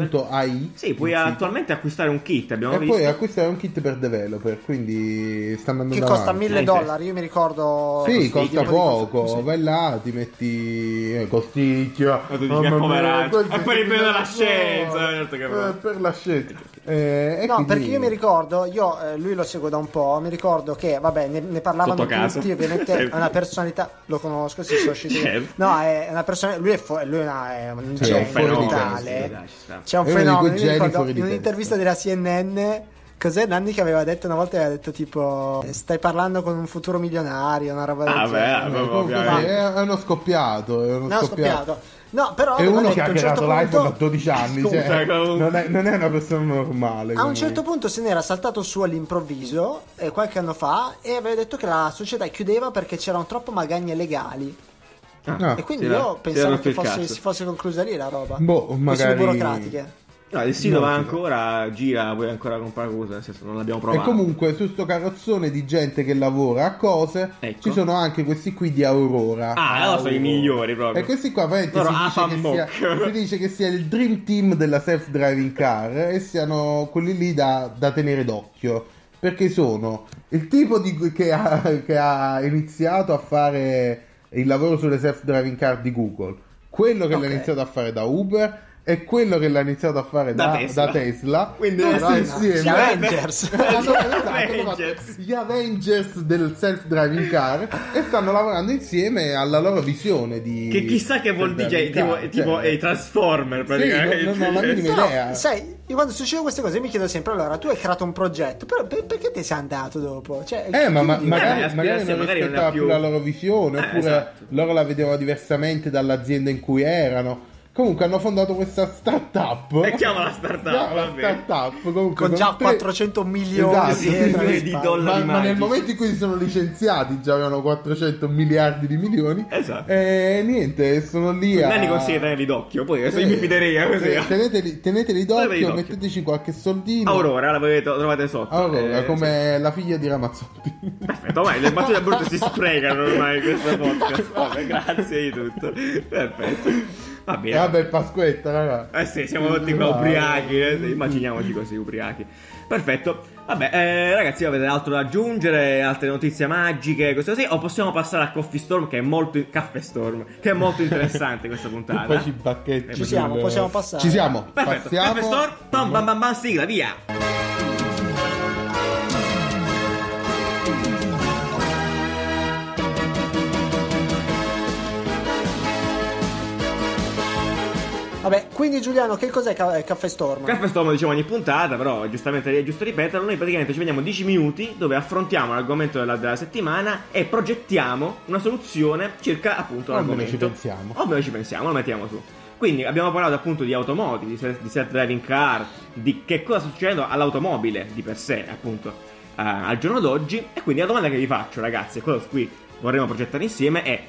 S3: Comma.ai.
S6: Sì, puoi attualmente acquistare un kit, abbiamo
S3: E
S6: visto.
S3: poi acquistare un kit per developer, quindi stanno andando
S4: Che costa
S3: avanti.
S4: 1000
S6: niente.
S4: dollari, io mi ricordo...
S3: Sì,
S4: questo
S3: costa
S4: tipo di cosa.
S3: poco,
S4: Sì.
S3: vai là, ti metti eh, costicchia.
S6: Ma tu dici, "Ah,
S3: mamma mia,
S6: poveraccio.
S3: questo
S6: È per il bene della
S3: signore,
S6: scienza, certo che va.
S3: eh, per la scienza. Eh, e
S4: No,
S3: quindi-
S4: perché io mi ricordo, io eh, lui lo seguo da un po', mi ricordo che, vabbè, ne, ne parlavano
S6: Sotto casa.
S4: tutti,
S6: *laughs*
S4: ovviamente è
S6: Sempre.
S4: una personalità, lo conosco, si sono usciti.
S6: Certo.
S4: No, è una persona, lui è, fu- lui è, una, è un
S3: Sì, è un
S4: genio
S3: fenomeno,
S4: totale.
S6: sì, dai, ci sta.
S4: C'è un
S3: È uno di quei
S4: fenomeno, io mi
S3: geni
S4: ricordo
S3: fuori di
S4: in un'intervista
S3: testa.
S4: della CNN Cos'è Nanni che aveva detto una volta? Aveva detto tipo: Stai parlando con un futuro milionario, una roba del
S6: Ah,
S4: genere.
S6: beh, vabbè,
S3: Comunque,
S6: ovviamente.
S3: è è uno Eh, scoppiato. È uno
S4: No, ho
S3: scoppiato.
S4: scoppiato. No, però
S3: È
S4: aveva
S3: uno che
S4: detto
S3: ha
S4: a un certo
S3: creato l'iPhone a
S4: punto,
S3: 12 anni.
S6: Scusa,
S3: cioè,
S6: comunque.
S3: non, è, non è una persona normale.
S4: a un certo punto se n'era saltato su all'improvviso eh, qualche anno fa e aveva detto che la società chiudeva perché c'erano troppo magagne legali.
S3: Ah.
S4: e quindi
S6: si era-
S4: io
S6: si era
S4: pensavo
S6: rotto
S4: che
S6: il
S4: fosse,
S6: cazzo.
S4: si fosse conclusa lì la roba.
S3: Boh,
S4: Questioni
S3: magari-
S4: burocratiche.
S6: No, il sito
S3: No,
S6: va
S3: sì.
S6: ancora, gira, puoi ancora comprare cose, nel senso non l'abbiamo
S3: E
S6: provato.
S3: comunque su sto carrozzone di gente che lavora a cose
S6: Ecco.
S3: ci sono anche questi qui di Aurora.
S6: Ah, allora sono i
S3: Aurora.
S6: migliori proprio.
S3: E questi qua veramente
S6: Loro
S3: si, dice che
S6: Afamok.
S3: sia, si dice che sia il dream team della self-driving car e siano quelli lì da, da tenere d'occhio. Perché sono il tipo di- che, ha, che ha iniziato a fare il lavoro sulle self-driving car di Google, quello che
S4: Ok.
S3: l'ha iniziato a fare da Uber e quello che l'ha iniziato a fare da,
S6: Da Tesla.
S3: da Tesla.
S6: Quindi
S3: Tutti
S6: Madonna,
S3: insieme. *laughs*
S4: Gli Avengers.
S3: Hanno fatto-
S6: Avengers.
S3: gli Avengers del self-driving car e stanno lavorando insieme alla loro visione di
S6: Che chissà che vuol dire,
S3: self-driving
S6: tipo,
S3: car,
S6: tipo
S3: cioè.
S6: i Transformer praticamente.
S3: no,
S6: *laughs*
S3: no, la minima-
S4: Però,
S3: Idea.
S4: sai, io quando succedono queste cose mi chiedo sempre: allora, tu hai creato un progetto, però per- perché ti sei andato dopo? Cioè,
S3: Eh, ma, ma-
S4: chiudi-
S6: Eh, beh,
S3: magari, magari
S6: aspirazione,
S3: non
S6: magari non
S3: rispettava
S6: ha più-
S3: più la loro visione,
S6: Eh,
S3: oppure
S6: esatto.
S3: loro la vedevano diversamente dall'azienda in cui erano. Comunque hanno fondato questa startup.
S6: E chiamala startup,
S3: Chiamala
S6: va bene.
S3: startup, comunque,
S4: Con già
S3: tre-
S4: 400 milioni
S3: Esatto,
S4: di
S3: sì,
S4: euro
S3: sì,
S4: alle
S3: sì,
S6: di
S4: spalle.
S6: dollari.
S3: ma, ma nel
S6: magici.
S3: momento in cui si sono licenziati già avevano 400 miliardi di milioni.
S6: Esatto.
S3: E niente, sono lì a...
S6: Nanni consiglia di tenerli d'occhio, poi adesso io mi fiderei eh, così.
S3: Teneteli, teneteli, d'occhio,
S6: Teneteli d'occhio.
S3: metteteci qualche soldino.
S6: Aurora, la potete- trovate sotto.
S3: Aurora,
S6: Eh,
S3: come la figlia di Ramazzotti.
S6: sì. Perfetto, ormai le battute brutte si sprecano ormai in
S3: *laughs*
S6: questo podcast. Vabbè, grazie di tutto. Perfetto. Va
S3: E
S6: bene.
S3: Eh, vabbè, Pasquetta, raga.
S6: Eh sì, siamo tutti qua ubriachi, eh, sì, immaginiamoci così ubriachi. Perfetto. Vabbè, eh, ragazzi, avete altro da aggiungere? Altre notizie magiche, cose così? O possiamo passare a Coffee Storm che è molto Caffè Storm, che è molto interessante
S3: *laughs*
S6: questa puntata.
S3: Poi ci bacchetti.
S6: Ci
S4: siamo,
S3: sul-
S4: possiamo passare.
S3: Ci siamo.
S6: Perfetto,
S3: Passiamo.
S6: Caffè Storm, bam bam bam bam, sigla, via.
S4: Vabbè, quindi Giuliano, che cos'è ca- Caffè Storm?
S6: Caffè Storm diciamo ogni puntata, però giustamente è giusto ripeterlo, noi praticamente ci vediamo 10 minuti dove affrontiamo l'argomento della, della settimana e progettiamo una soluzione circa appunto
S3: O almeno
S6: l'argomento.
S3: ci pensiamo.
S6: O almeno ci pensiamo, lo mettiamo su. Quindi abbiamo parlato appunto di automobili, di self- di self-driving car, di che cosa sta succedendo all'automobile di per sé appunto eh, al giorno d'oggi e quindi la domanda che vi faccio ragazzi, e quello su cui vorremmo progettare insieme è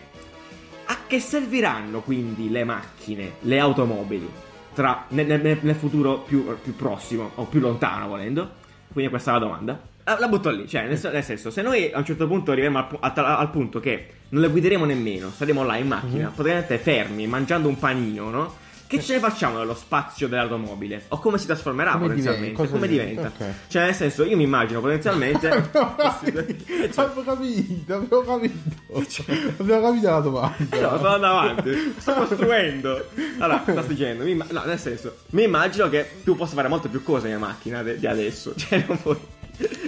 S6: a che serviranno quindi le macchine, le automobili tra- nel, nel- nel futuro più, più prossimo o più lontano volendo? Quindi questa è la domanda. La, la butto lì, cioè nel, sen- nel senso, se noi a un certo punto arriviamo al, pu- a tal- al punto che non le guideremo nemmeno, saremo là in macchina,
S3: Mhm.
S6: praticamente fermi, mangiando un panino, no? Che ce ne facciamo dello spazio dell'automobile? O come si trasformerà
S3: Come
S6: potenzialmente?
S3: diventa, cosa
S6: come diventa?
S3: diventa? Ok.
S6: Cioè, nel senso, io mi immagino
S3: *laughs*
S6: potenzialmente. *laughs* Cioè,
S3: Abbiamo
S6: eh,
S3: capito, abbiamo capito, abbiamo capito. Abbiamo capito la domanda. Eh,
S6: Eh Cioè. no, sto andando
S3: *laughs*
S6: avanti, sto costruendo. Allora, sto dicendo, mi imma- no, nel senso, mi immagino che tu possa fare molte più cose in macchina de- di adesso. *laughs* Cioè, non puoi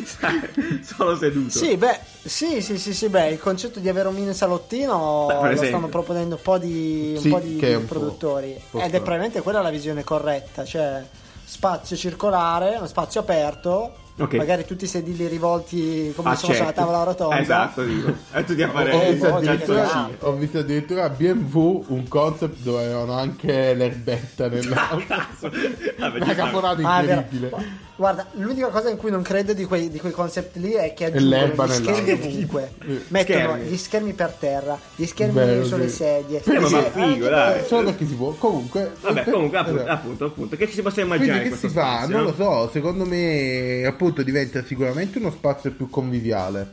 S6: stare solo seduto.
S4: Sì, beh, sì, sì, sì, sì, beh, il concetto di avere un mini salottino
S6: Beh, per
S4: lo
S6: esempio.
S4: stanno proponendo un po' di, un
S3: Sì,
S4: po' di
S3: che è un po'
S4: produttori
S3: po'
S4: ed è
S3: strano.
S4: probabilmente quella la visione corretta, cioè spazio circolare, uno spazio aperto,
S6: Ok.
S4: magari tutti i sedili rivolti come
S6: Ah,
S4: se fosse una
S6: certo.
S4: tavola rotonda.
S6: Esatto, dico. E tu ti
S3: Ho, ho
S6: appare.
S4: Oh,
S3: visto
S4: oh,
S3: addirittura,
S6: Cioè,
S4: già che-
S3: ho visto addirittura BMW un concept dove avevano anche l'erbetta nell'auto.
S6: Cazzo. Ah, Vabbè,
S3: *laughs* Una
S6: ci sta.
S3: caponata
S4: Ah, è vero.
S3: incredibile.
S4: Guarda, l'unica cosa in cui non credo di quei, di quei concept lì è che
S3: l'erba
S4: aggiungono gli schermi
S3: nell'auto.
S4: ovunque.
S3: Sì.
S4: Mettono
S6: Schermi.
S4: gli schermi per terra, gli schermi
S3: Bello,
S4: sulle
S3: sì.
S4: sedie.
S6: Eh, ma
S4: Sì,
S6: ma
S4: eh,
S6: figo,
S4: che-
S6: dai.
S3: Solo perché si può. Comunque.
S6: Vabbè, comunque, appunto,
S3: Esatto.
S6: appunto, appunto, che ci si possa immaginare?
S3: Quindi che
S6: in
S3: si
S6: questo
S3: fa?
S6: spazio,
S3: Non lo
S6: no?
S3: so, secondo me appunto diventa sicuramente uno spazio più conviviale,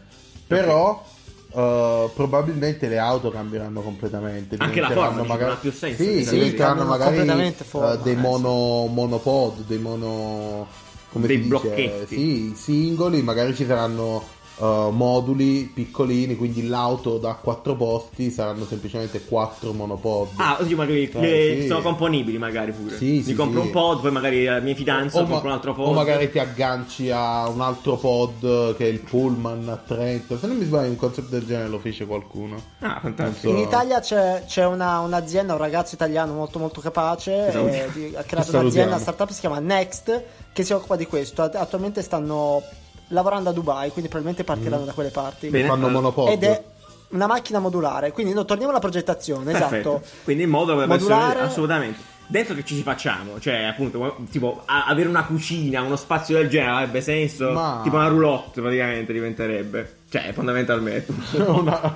S3: però eh, probabilmente le auto cambieranno completamente.
S6: Anche la
S3: diventeranno
S6: forma, dici, non ha più senso, cioè,
S3: Sì,
S6: sì,
S3: diventeranno
S4: cambiano
S3: magari
S4: completamente
S3: eh,
S4: forma,
S3: dei
S4: eh, sì.
S3: mono, monopod, dei mono... come
S6: Dei
S3: si dice?
S6: blocchetti.
S3: Sì, singoli, magari ci saranno eh, moduli piccolini, quindi l'auto da quattro posti saranno semplicemente quattro monopod.
S6: Ah, sì, magari
S3: Eh,
S6: le-
S3: sì.
S6: sono componibili magari pure.
S3: Sì,
S6: Mi
S3: sì,
S6: compro
S3: sì.
S6: un pod, poi magari la mia fidanza
S3: O ma-
S6: compro un altro pod.
S3: o magari ti agganci a un altro pod eh, che è il Pullman a Trento. Se non mi sbaglio, un concept del genere lo fece qualcuno.
S6: Ah, fantastico.
S3: Non
S4: In
S3: so.
S4: Italia c'è, c'è una- un'azienda, un ragazzo italiano molto molto capace,
S6: Esatto.
S4: eh, di- ha creato
S3: Salutiamo.
S4: un'azienda, una startup, si chiama Next, che si occupa di questo. At- Attualmente stanno lavorando a Dubai, quindi probabilmente partiranno da quelle parti.
S6: Mm. Bene.
S3: Fanno
S6: eh,
S3: monopod.
S4: Ed è una macchina modulare, quindi no, torniamo alla progettazione,
S6: Perfetto.
S4: esatto.
S6: Quindi il modo dovrebbe
S4: Modulare-
S6: essere assolutamente. Dentro che ci si facciamo, cioè appunto, tipo a- avere una cucina, uno spazio del genere avrebbe senso.
S3: Ma-
S6: Tipo una roulotte praticamente diventerebbe. Cioè, fondamentalmente.
S3: *laughs*
S6: *laughs*
S3: È una,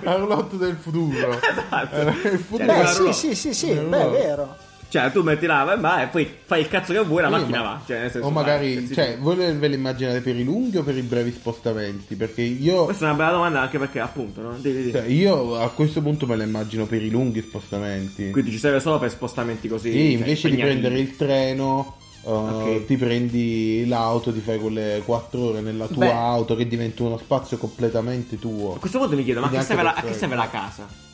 S3: *laughs* è un lotto del futuro.
S6: *laughs* Esatto.
S3: Eh, Il futuro
S6: Cioè,
S4: Beh,
S6: Allora,
S4: sì,
S6: no.
S4: sì, sì, sì,
S6: Mm.
S3: Allora.
S4: beh, è vero.
S6: Cioè, tu metti la va e poi fai il cazzo che vuoi, la
S3: Sì,
S6: macchina
S3: ma-
S6: va. Cioè, nel senso,
S3: o
S6: vai,
S3: magari,
S6: cazzi
S3: cioè, voi le- ve le immaginate per i lunghi o per i brevi spostamenti? Perché io,
S6: Questa è una bella domanda anche perché appunto, no? Devi dire.
S3: cioè, io a questo punto me le immagino per i lunghi spostamenti.
S6: Quindi ci serve solo per spostamenti così.
S3: Sì,
S6: cioè,
S3: invece di
S6: impegnativi.
S3: prendere il treno, eh,
S6: Ok.
S3: ti prendi l'auto, ti fai quelle 4 ore nella tua
S4: Beh.
S3: auto che diventa uno spazio completamente tuo.
S6: A questo punto mi chiedo, ma a che
S3: Quindi
S6: serve, la,
S3: anche
S6: a che
S3: per
S6: serve la casa?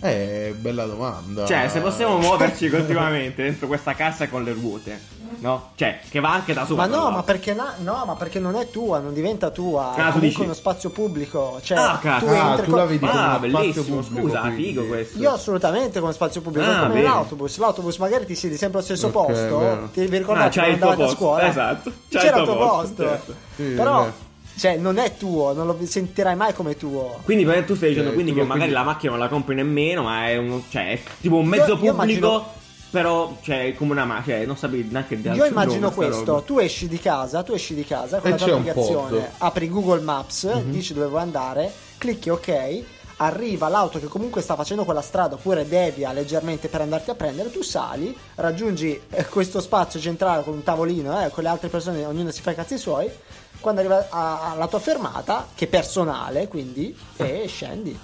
S3: Eh, bella domanda.
S6: Cioè, se
S3: *laughs*
S4: *laughs*
S6: possiamo muoverci continuamente dentro questa cassa con le ruote, no? Cioè, che va anche da
S4: Ma
S6: sopra.
S4: no,
S6: tra
S4: ma
S6: l'altro.
S4: perché, la- no, ma perché non è tua, non diventa tua,
S6: Ah, tu
S4: è
S6: dici-
S4: comunque uno spazio pubblico. Cioè,
S6: Ah, cazzo.
S4: tu
S3: Ah,
S4: entri
S3: tu
S4: con-
S3: la vedi come
S6: Ah,
S3: uno spazio
S6: bellissimo,
S3: pubblico,
S6: scusa,
S3: quindi.
S6: figo questo.
S4: Io assolutamente come spazio pubblico,
S6: Ah,
S4: come
S6: bene.
S4: l'autobus. L'autobus magari ti siedi sempre allo stesso
S3: Ok,
S4: posto.
S3: vero.
S4: Ti vi
S6: Ah,
S4: ricordate quando
S6: c'hai il tuo
S4: andavate a
S6: posto,
S4: scuola?
S6: esatto. C'hai
S4: C'era
S6: il
S4: il
S6: tuo
S4: tuo
S6: posto,
S4: posto.
S6: certo.
S3: Sì,
S4: Però,
S3: vabbè.
S4: cioè, non è tuo, non lo sentirai mai come tuo.
S6: Quindi per- tu stai
S4: Eh,
S6: dicendo
S3: Cioè,
S6: quindi che
S3: tipo,
S6: magari
S3: quindi-
S6: la macchina non la compri nemmeno, ma è un, cioè, è tipo un mezzo
S4: Io- io
S6: pubblico,
S4: immagino-
S6: però cioè, come una macchina, cioè, non sapevi neanche del
S4: Io immagino
S6: nome, sta
S4: questo,
S6: roba.
S4: tu esci di casa, tu esci di casa con
S3: E
S4: la tua
S3: c'è un
S4: applicazione,
S3: pod.
S4: apri Google Maps,
S6: Mhm.
S4: dici dove vuoi andare, clicchi ok, arriva l'auto che comunque sta facendo quella strada oppure devia leggermente per andarti a prendere, tu sali, raggiungi eh, questo spazio centrale con un tavolino, eh, con le altre persone, ognuno si fa i cazzi suoi, quando arriva a- alla tua fermata, che è personale quindi,
S6: Ah.
S4: e scendi.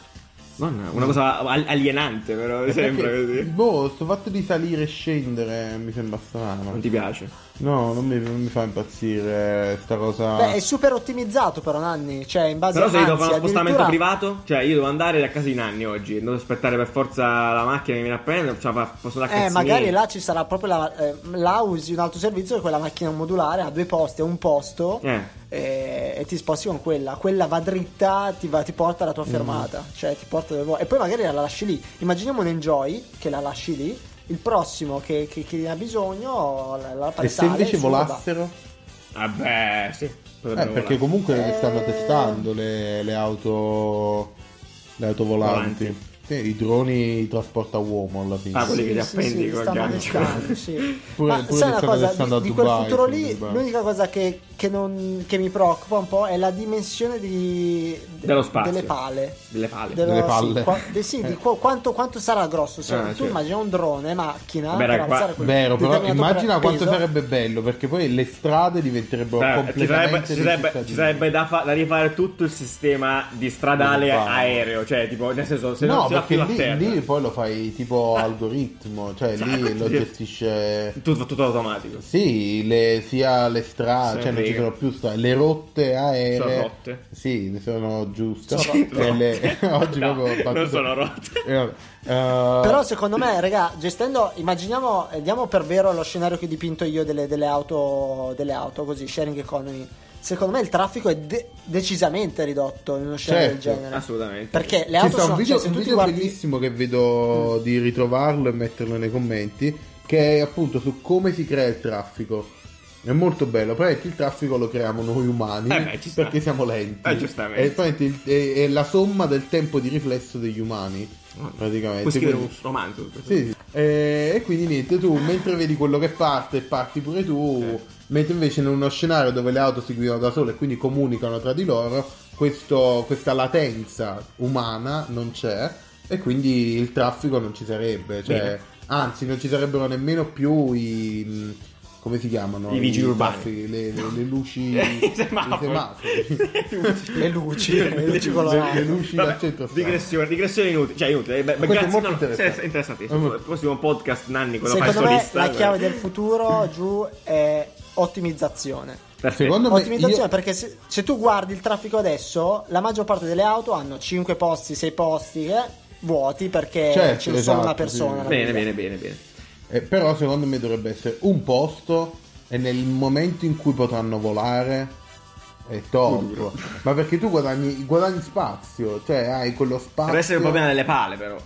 S6: Madonna, una cosa al- alienante,
S4: Eh,
S6: però *laughs* sembra
S3: Perché,
S6: così.
S3: Boh, sto fatto di salire e scendere eh, mi sembra strano.
S6: Non ti piace?
S3: No, non mi, non mi fa impazzire sta cosa.
S4: Beh, è super ottimizzato però Nanni, cioè in base
S6: Ah. Però
S4: a...
S6: se io devo
S4: anzi,
S6: fare uno spostamento
S4: addirittura-
S6: privato, cioè io devo andare da casa di Nanni oggi, devo aspettare per forza la macchina che viene a prendere, cioè, fa- posso andare a
S4: Eh,
S6: cazzi
S4: magari
S6: miei.
S4: là ci sarà proprio la, eh, là usi un altro servizio che è quella macchina modulare ha due posti, un posto
S6: Eh.
S4: eh, e ti sposti con quella. Quella va dritta, ti, va- ti porta alla tua fermata, cioè ti porta dove vuoi. E poi magari la lasci lì. Immaginiamo un enjoy che la lasci lì. Il prossimo che, che- che ne ha bisogno la, la
S3: e se
S4: sale
S3: invece
S4: su, va.
S3: volassero?
S6: Vabbè, sì.
S3: Eh, perché comunque le stanno testando le, le auto. Le auto volanti.
S6: Volanti.
S3: Sì, I droni di trasporto a uomo alla fine.
S6: Ah, quelli che li appendi
S4: li
S6: col
S4: stanno
S6: gancio.
S4: addestrando,
S6: *laughs*
S4: sì.
S3: Pure-
S4: Ma
S3: pure li
S4: sai una
S3: stanno
S4: cosa,
S3: addestrando
S4: di,
S3: a
S4: di quel
S3: Dubai,
S4: futuro
S3: sono
S4: lì,
S3: Dubai.
S4: l'unica cosa che, che non- che mi preoccupa un po' è la dimensione di, de-
S6: Dello spazio.
S4: delle pale.
S6: Delle pale.
S4: Dello-
S3: Delle
S4: sì,
S3: palle. Eh.
S4: qua- de- sì, di qua- quanto, quanto sarà grosso? Se-
S6: Ah,
S4: tu
S6: certo.
S4: immagina un drone, macchina,
S6: Vabbè,
S4: per
S6: raga, qua-
S4: alzare quel
S3: Vero, però
S4: determinato
S3: immagina
S4: pre-
S3: quanto
S4: peso.
S3: sarebbe bello perché poi le strade diventerebbero
S6: Beh, ci sarebbe,
S3: completamente
S6: ci
S3: dei
S6: sarebbe-
S3: cittadini.
S6: ci sarebbe da, fa- da rifare tutto il sistema di stradale
S3: Urbano.
S6: aereo, cioè tipo nel senso se
S3: no,
S6: non si va più
S3: perché
S6: a
S3: lì,
S6: terra.
S3: lì poi lo fai
S6: *laughs*
S3: tipo algoritmo, cioè
S6: Sì,
S3: lì lo
S6: sì.
S3: gestisce
S6: tutto, tutto automatico.
S3: Sì, le- sia le
S6: Se
S3: strade, cioè non
S6: frega.
S3: ci sono più strade, le rotte aeree.
S6: Sono rotte.
S3: Sì, ne sono giuste.
S6: Sono
S3: E le- *laughs*
S6: rotte.
S3: oggi
S6: No,
S3: proprio ho
S6: non
S3: battuto-
S6: sono rotte.
S3: Eh, vabbè. Eh,
S4: Però secondo me, raga, gestendo, immaginiamo, eh, diamo per vero lo scenario che ho dipinto io delle, delle auto, delle auto così, sharing economy. Secondo me il traffico è de- decisamente ridotto in uno scenario
S3: Certo,
S4: del genere.
S6: Assolutamente.
S4: Perché le
S3: Ci
S4: auto
S3: sta
S4: sono
S3: un video,
S4: cioè, se
S3: un
S4: tu ti
S3: video
S4: guardi Mm.
S3: bellissimo che vedo di ritrovarlo e metterlo nei commenti, che è appunto su come si crea il traffico. È molto bello, praticamente il traffico lo creiamo noi umani
S6: Eh beh, ci sta.
S3: perché siamo lenti.
S6: Eh, giustamente.
S3: E praticamente il- è, è la somma del tempo di riflesso degli umani. Praticamente.
S6: Ah. Puoi scrivere
S3: Quindi-
S6: un romanzo. su *laughs* questo.
S3: Sì, sì. E, e quindi niente, tu mentre vedi quello che parte, parti pure tu. Mentre invece in uno scenario dove le auto si guidano da sole e quindi comunicano tra di loro, questo- questa latenza umana non c'è e quindi il traffico non ci sarebbe. Cioè,
S6: Bene.
S3: anzi, non ci sarebbero nemmeno più i. mh, come si chiamano?
S6: I vigili urbani.
S3: traffici, le, le- le luci.
S6: *laughs* I
S3: i
S6: semafori. *laughs*
S3: semafori.
S4: le luci, le luci
S3: le
S4: colorate.
S3: luci
S6: Vabbè,
S3: al centro strada.
S6: digressione, digressione inutile, cioè inutile. Beh, beh,
S3: questo è
S6: grazie,
S3: molto
S6: no, no,
S3: interessante.
S6: sì, sì, interessantissimo.
S3: È molto-
S6: Il prossimo podcast Nanni quello fa il
S4: Secondo me
S6: solista.
S4: la chiave del futuro giù è ottimizzazione.
S6: Perfetto.
S3: Secondo me,
S4: Eh, Ottimizzazione
S3: io-
S4: perché se, se tu guardi il traffico adesso, la maggior parte delle auto hanno 5 posti, 6 posti eh, vuoti perché
S3: Certo,
S4: c'è solo
S3: esatto,
S4: una persona.
S3: sì.
S6: Bene, bene, bene, bene.
S3: eh, però secondo me dovrebbe essere un posto e nel momento in cui potranno volare è top. Ma perché tu guadagni, guadagni spazio, cioè hai quello spazio.
S6: Deve essere un problema delle pale, però.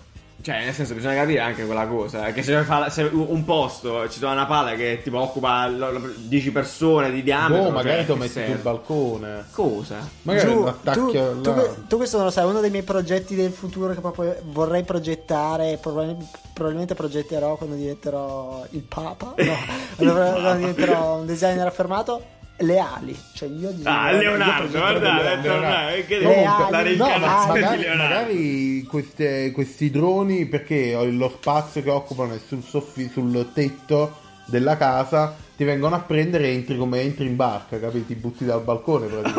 S6: Cioè, nel senso, bisogna capire anche quella cosa. eh, Che se, fa- se un posto ci trova una pala che tipo occupa lo- lo- 10 persone di diametro.
S3: Boh, magari
S6: cioè,
S3: ti lo
S6: che
S3: metti
S6: serve?
S3: sul balcone.
S6: Cosa?
S3: Magari
S4: Giù,
S3: lo attacchi
S4: tu, tu-
S3: là.
S4: tu questo non lo sai, uno dei miei progetti del futuro che proprio vorrei progettare, probab- probabilmente progetterò quando diventerò il Papa,
S3: *laughs*
S4: no, quando,
S6: Papa.
S4: quando diventerò un designer affermato, le ali. Cioè io disegnerò-
S6: Ah,
S4: io
S6: Leonardo,
S4: progetterò delle
S6: guardate,
S4: ali.
S6: Leonardo, che
S4: Eh,
S6: devi
S4: ah,
S6: parlare
S4: no,
S6: incarnazione di
S4: ma
S3: magari,
S6: Leonardo.
S3: magari queste- questi droni, perché ho lo spazio che occupano è sul, soffi- sul tetto della casa, ti vengono a prendere e entri come entri in barca, capito? Ti butti dal balcone praticamente.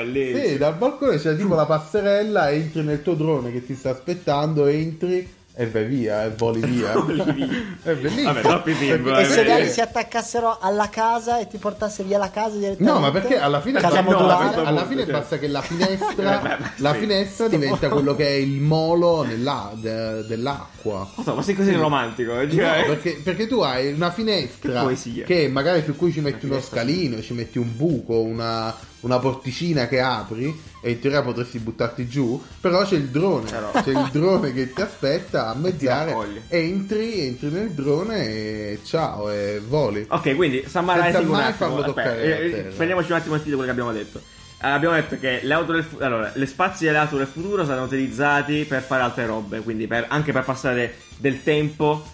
S6: Eh, lì.
S3: sì, dal balcone c'è tipo la passerella, entri nel tuo drone che ti sta aspettando, entri e vai via, e voli via.
S6: Voli via.
S3: *laughs* è bellissimo.
S6: Vabbè, troppi film,
S3: Perché-
S4: E se
S6: Eh,
S4: le ali
S6: eh.
S4: si attaccassero alla casa e ti portasse via la casa direttamente?
S3: No, ma perché alla fine,
S4: Casa
S3: no, alla
S4: modulare?
S3: fine-
S6: no,
S3: alla fine
S6: cioè.
S3: basta che la
S6: *laughs* Eh, beh,
S3: finestra,
S6: beh,
S3: la
S6: sì.
S3: finestra diventa quello che è il molo nell'a- de- dell'acqua.
S6: Madonna, ma sei così romantico. eh,
S3: No,
S6: cioè-
S3: perché, perché tu hai una finestra
S6: Che
S3: che,
S6: poesia.
S3: magari su cui ci metti uno
S6: finestra,
S3: scalino, ci metti un buco, una, una porticina che apri e in teoria potresti buttarti giù, però c'è il drone,
S6: Però.
S3: c'è il drone che ti aspetta a mezz'aria,
S6: Eh raccoglie.
S3: entri, entri nel drone e ciao e voli.
S6: Ok, quindi Summer
S3: Senza
S6: Rising un
S3: mai
S6: attimo.
S3: farlo
S6: Aspetta,
S3: toccare la
S6: eh, eh,
S3: terra.
S6: prendiamoci un attimo il filo di quello che abbiamo detto. Eh, abbiamo detto che le auto del futuro, allora, le spazi delle auto del futuro saranno utilizzati per fare altre robe, quindi per- anche per passare del tempo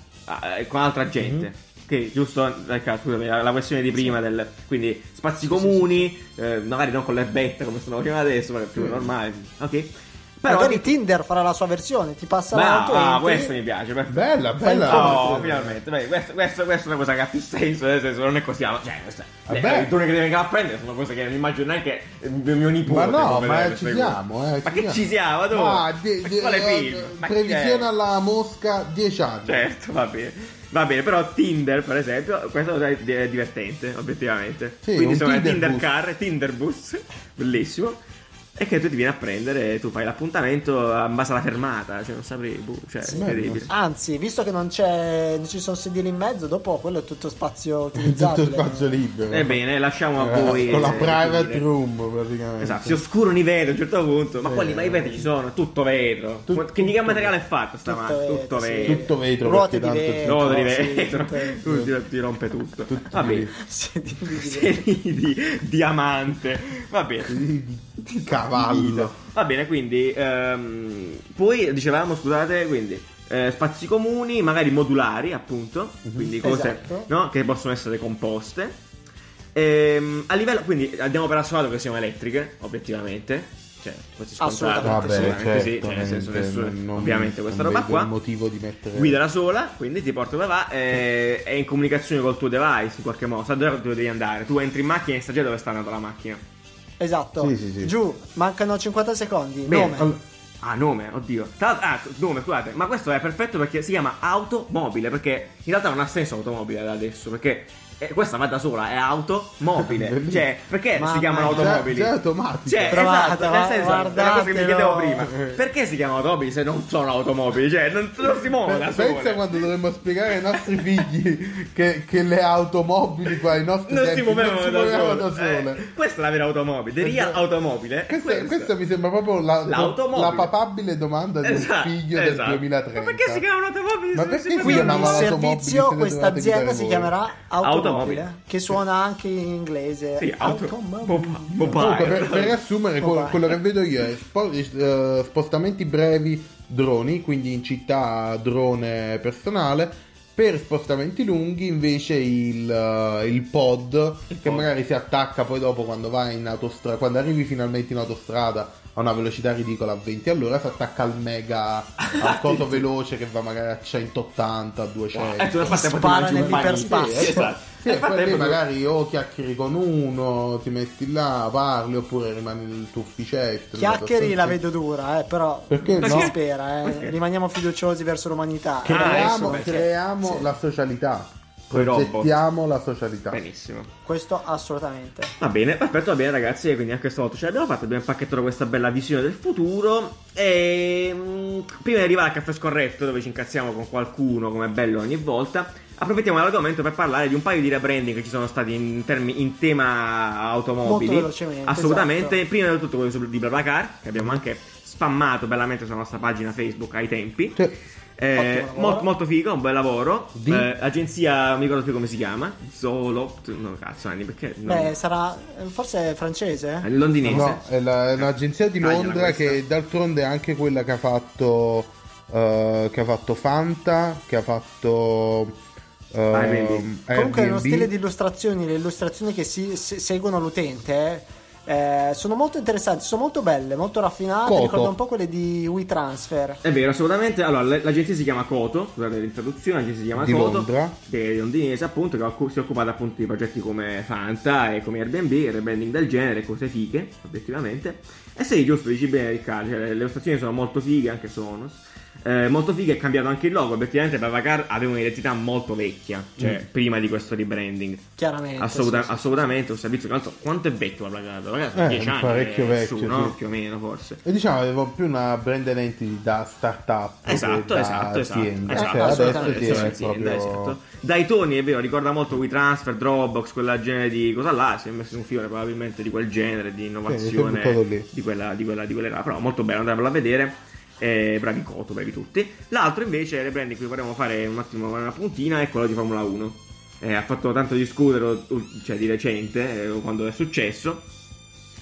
S6: eh, con altra
S3: Mhm.
S6: gente. Ok, giusto, Eh, Ricca, scusami, la, la questione di prima del... Quindi spazi comuni, eh, magari non con l'erbetta come stanno facendo adesso, ma è
S3: Mm.
S6: più normale. Ok. Però...
S4: Magari Tinder farà la sua versione, ti passa
S3: ah,
S4: l'auto
S6: Brava,
S4: entri-
S6: questo mi piace, perfetto.
S3: Bella, bella.
S6: Oh, finalmente, Beh, questo- questo- questa è una cosa che ha più senso, nel senso non è così, ma- cioè, questa-
S3: Vabbè.
S6: le- i droni che ti vengono a prendere sono cose che non immagino neanche eh, mio, mio
S3: Ma
S6: nipote. può
S3: no,
S6: vedere
S3: ma
S6: queste
S3: ci
S6: cose.
S3: siamo, eh,
S6: Ma che ci siamo, tu?
S3: Ah, di-
S6: Ma
S3: di-
S6: quale
S3: eh,
S6: film? Ma che-
S3: previsione alla mosca 10 anni.
S6: Certo, va bene. Va bene, però Tinder, per esempio, questo è divertente, obiettivamente.
S3: Sì, un
S6: Quindi sono
S3: Tinder
S6: Tinder
S3: bus.
S6: car, Tinder bus, *laughs* bellissimo. E che tu ti vieni a prendere e tu fai l'appuntamento a base alla fermata, cioè non saprei, boh, cioè,
S3: Sì,
S6: incredibile.
S4: Anzi, visto che non c'è, non ci sono sedili in mezzo, dopo quello è tutto spazio utilizzabile.
S3: *laughs* Tutto spazio libero.
S6: Ebbene, lasciamo a
S3: Eh,
S6: voi.
S3: Con la
S6: eh,
S3: private
S6: decidere.
S3: room praticamente.
S6: Esatto, si oscurano i vetri a un certo punto, ma
S3: Sì.
S6: quelli, ma i vetri ci sono, tutto vetro.
S3: Tut-
S6: Ma che di che materiale è fatto sta mano?
S4: vetro,
S6: Tutto
S4: sì.
S6: vetro.
S3: Tutto vetro,
S4: Ruote
S3: perché
S4: di
S3: tanto
S4: vetro.
S6: No, di
S4: sì,
S6: vetro, *laughs*
S4: tutto vetro.
S6: tu ti, ti rompe tutto.
S3: Tutti
S6: Va bene.
S4: *laughs* Sedili di vetro.
S6: Seni di diamante. Va bene.
S3: Di cavallo.
S6: Va bene, quindi ehm, poi dicevamo, scusate, quindi eh, spazi comuni, magari modulari, appunto, quindi cose
S4: Esatto.
S6: no, che possono essere composte. Ehm, a livello, quindi andiamo per assolato che siano elettriche, obiettivamente. Cioè, questo è scontato,
S4: Assolutamente
S3: Vabbè,
S4: sì.
S6: sicuramente sì,
S3: certamente,
S6: cioè, nel senso nessuno-
S3: non- non-
S6: ovviamente questa
S3: non
S6: roba
S3: vedo
S6: qua
S3: il motivo di mettere
S6: guida da sola, quindi ti porta dove va, eh, è in comunicazione col tuo device in qualche modo, sa dove dove devi andare. Tu entri in macchina e sai già dove sta andando la macchina.
S4: Esatto.
S3: Sì, sì, sì.
S4: Giù, mancano 50 secondi.
S6: Bene.
S4: Nome.
S6: Allora- Ah, nome, oddio. Tra l'altro- ah, nome, scusate. Ma questo è perfetto perché si chiama automobile. Perché in realtà non ha senso automobile da adesso. Perché eh, questa va da sola, è automobile.
S3: Bellissimo.
S6: cioè, perché
S4: Mamma
S6: si chiamano
S3: Cioè,
S4: mia.
S6: automobili?
S3: Già- già automatico.
S6: Cioè,
S4: Trovata,
S6: esatto, nel
S4: va-
S6: senso, è una cosa che mi
S4: guardatelo.
S6: chiedevo prima. Perché si chiamano automobili se non sono automobili? Cioè, non, non si muovono da
S3: Pe- Pensa
S6: sole.
S3: quando dovremmo spiegare ai nostri figli che, che le automobili qua, i nostri
S6: Non si
S3: tempi, non
S6: muovevano
S3: si
S6: da,
S3: muovevano da
S6: sole.
S3: sole.
S6: Eh, questa è la vera automobile. Ria automobile.
S3: Questa,
S6: Questa.
S3: questa mi sembra proprio la,
S6: L'automobile.
S3: la papabile domanda di un
S6: Esatto,
S3: figlio
S6: esatto.
S3: del 2030.
S6: Ma perché si chiamano automobili?
S3: Ma
S6: se non
S3: perché
S6: si
S3: si
S6: chiamano-
S4: Quindi
S3: chiamava
S4: il
S3: l'automobile, se
S4: servizio,
S3: ne
S4: questa
S3: dovevate
S4: azienda
S3: guidare
S4: si
S3: voi.
S4: chiamerà Automobile,
S6: Automobile.
S4: che suona anche in inglese.
S6: Sì, auto-
S4: Automobile.
S6: Bopa- Bopa-
S3: Comunque, per, per riassumere,
S4: Oh,
S3: que-
S4: vai.
S3: quello che vedo io è spo- eh, spostamenti brevi droni, quindi in città drone personale. Per spostamenti lunghi invece il, eh, il pod che magari si attacca poi dopo quando vai in autostrada, quando arrivi finalmente in autostrada a una velocità ridicola a 20 all'ora si attacca al mega, *laughs* al coso veloce che va magari a 180, a 200.
S6: Eh, tu nel frattempo ti
S4: Spara
S6: mangi un
S4: nell'iperspazio.
S6: panino. Sì, esatto.
S3: Sì,
S4: Eh,
S6: Nel
S3: e poi lì
S6: frattempo tu-
S3: magari o chiacchieri con uno, ti metti là, parli, oppure rimani nel tuo ufficetto. nella tua
S4: Chiacchieri la
S3: stanzetta.
S4: vedo dura, eh, però
S3: Perché
S4: si
S3: no?
S4: spera, eh.
S6: Perché?
S4: rimaniamo fiduciosi verso l'umanità. ecco,
S6: Ah,
S3: Creiamo,
S6: adesso, beh,
S3: creiamo
S4: sì.
S3: la socialità.
S6: Coi robot.
S3: Progettiamo la socialità.
S6: Benissimo.
S4: Questo assolutamente.
S6: Va bene, perfetto, va bene ragazzi, quindi anche stavolta ce l'abbiamo fatta, abbiamo impacchettato questa bella visione del futuro e mm, prima di arrivare al caffè scorretto dove ci incazziamo con qualcuno come è bello ogni volta, approfittiamo dell'argomento per parlare di un paio di rebranding che ci sono stati in, termi- in tema automobili.
S4: Molto velocemente,
S6: Assolutamente,
S4: esatto.
S6: prima di tutto quello su- di BlaBlaCar, che abbiamo anche spammato bellamente sulla nostra pagina Facebook ai tempi.
S3: Cioè,
S6: Eh,
S4: Ottimo lavoro.
S6: molto, molto figo, un bel lavoro.
S3: Di?
S6: Eh, agenzia, non mi ricordo più come si chiama. Zolo. No, cazzo, Anni, perché. non-
S4: Beh, sarà eh, forse è francese? eh.
S6: È Eh, londinese.
S3: no, eh. è, la- è un'agenzia di
S6: Tagliala
S3: Londra
S6: questa.
S3: che d'altronde è anche quella che ha fatto eh, che ha fatto Fanta, che ha fatto eh,
S6: Ah, Airbnb.
S4: Comunque, nello
S3: Airbnb.
S4: stile di illustrazioni, le illustrazioni che si, se- seguono l'utente eh, sono molto interessanti, sono molto belle, molto raffinate.
S3: Coto.
S4: Ricordano un po' quelle di WeTransfer.
S6: È vero, assolutamente. Allora, l- l'agenzia si chiama Coto, scusate l'introduzione, l'agenzia si chiama
S3: Di
S6: Coto,
S3: Londra.
S6: che è londinese appunto, che occu- si è occupata appunto di progetti come Fanta e come Airbnb, e rebranding del genere, cose fighe, obiettivamente. E sei giusto, dici bene Riccardo, cioè, le le stazioni sono molto fighe, anche sono. Eh, molto fighe, è cambiato anche il logo, obiettivamente Babacar aveva un'identità molto vecchia, cioè
S3: Mm.
S6: prima di questo rebranding.
S4: Chiaramente.
S6: Assoluta-
S4: sì, sì.
S6: assolutamente, un servizio che altro quanto è vecchio Babacar? Babacar
S3: Eh,
S6: sono 10 anni,
S3: parecchio
S6: eh, su,
S3: vecchio,
S6: no?
S3: sì.
S6: più o meno forse.
S3: E diciamo avevo più una brand identity da startup che
S6: Esatto,
S3: da
S6: esatto, esatto,
S3: azienda.
S6: esatto,
S3: Cioè, adesso
S6: assolutamente,
S3: sì,
S6: sì,
S3: è
S6: azienda,
S3: proprio
S6: esatto. Dai toni è vero, ricorda molto WeTransfer, Dropbox, quella genere di cosa là, si è messo un fiore probabilmente di quel genere, di innovazione,
S3: si è buttato lì.
S6: di quella, di quella, di quella là. però molto bello, andatevelo a vedere, eh, bravi Coto, bravi tutti. L'altro invece, le brand di cui vorremmo fare un attimo una puntina, è quello di Formula 1. Eh, ha fatto tanto discutere, u- cioè di recente, eh, quando è successo,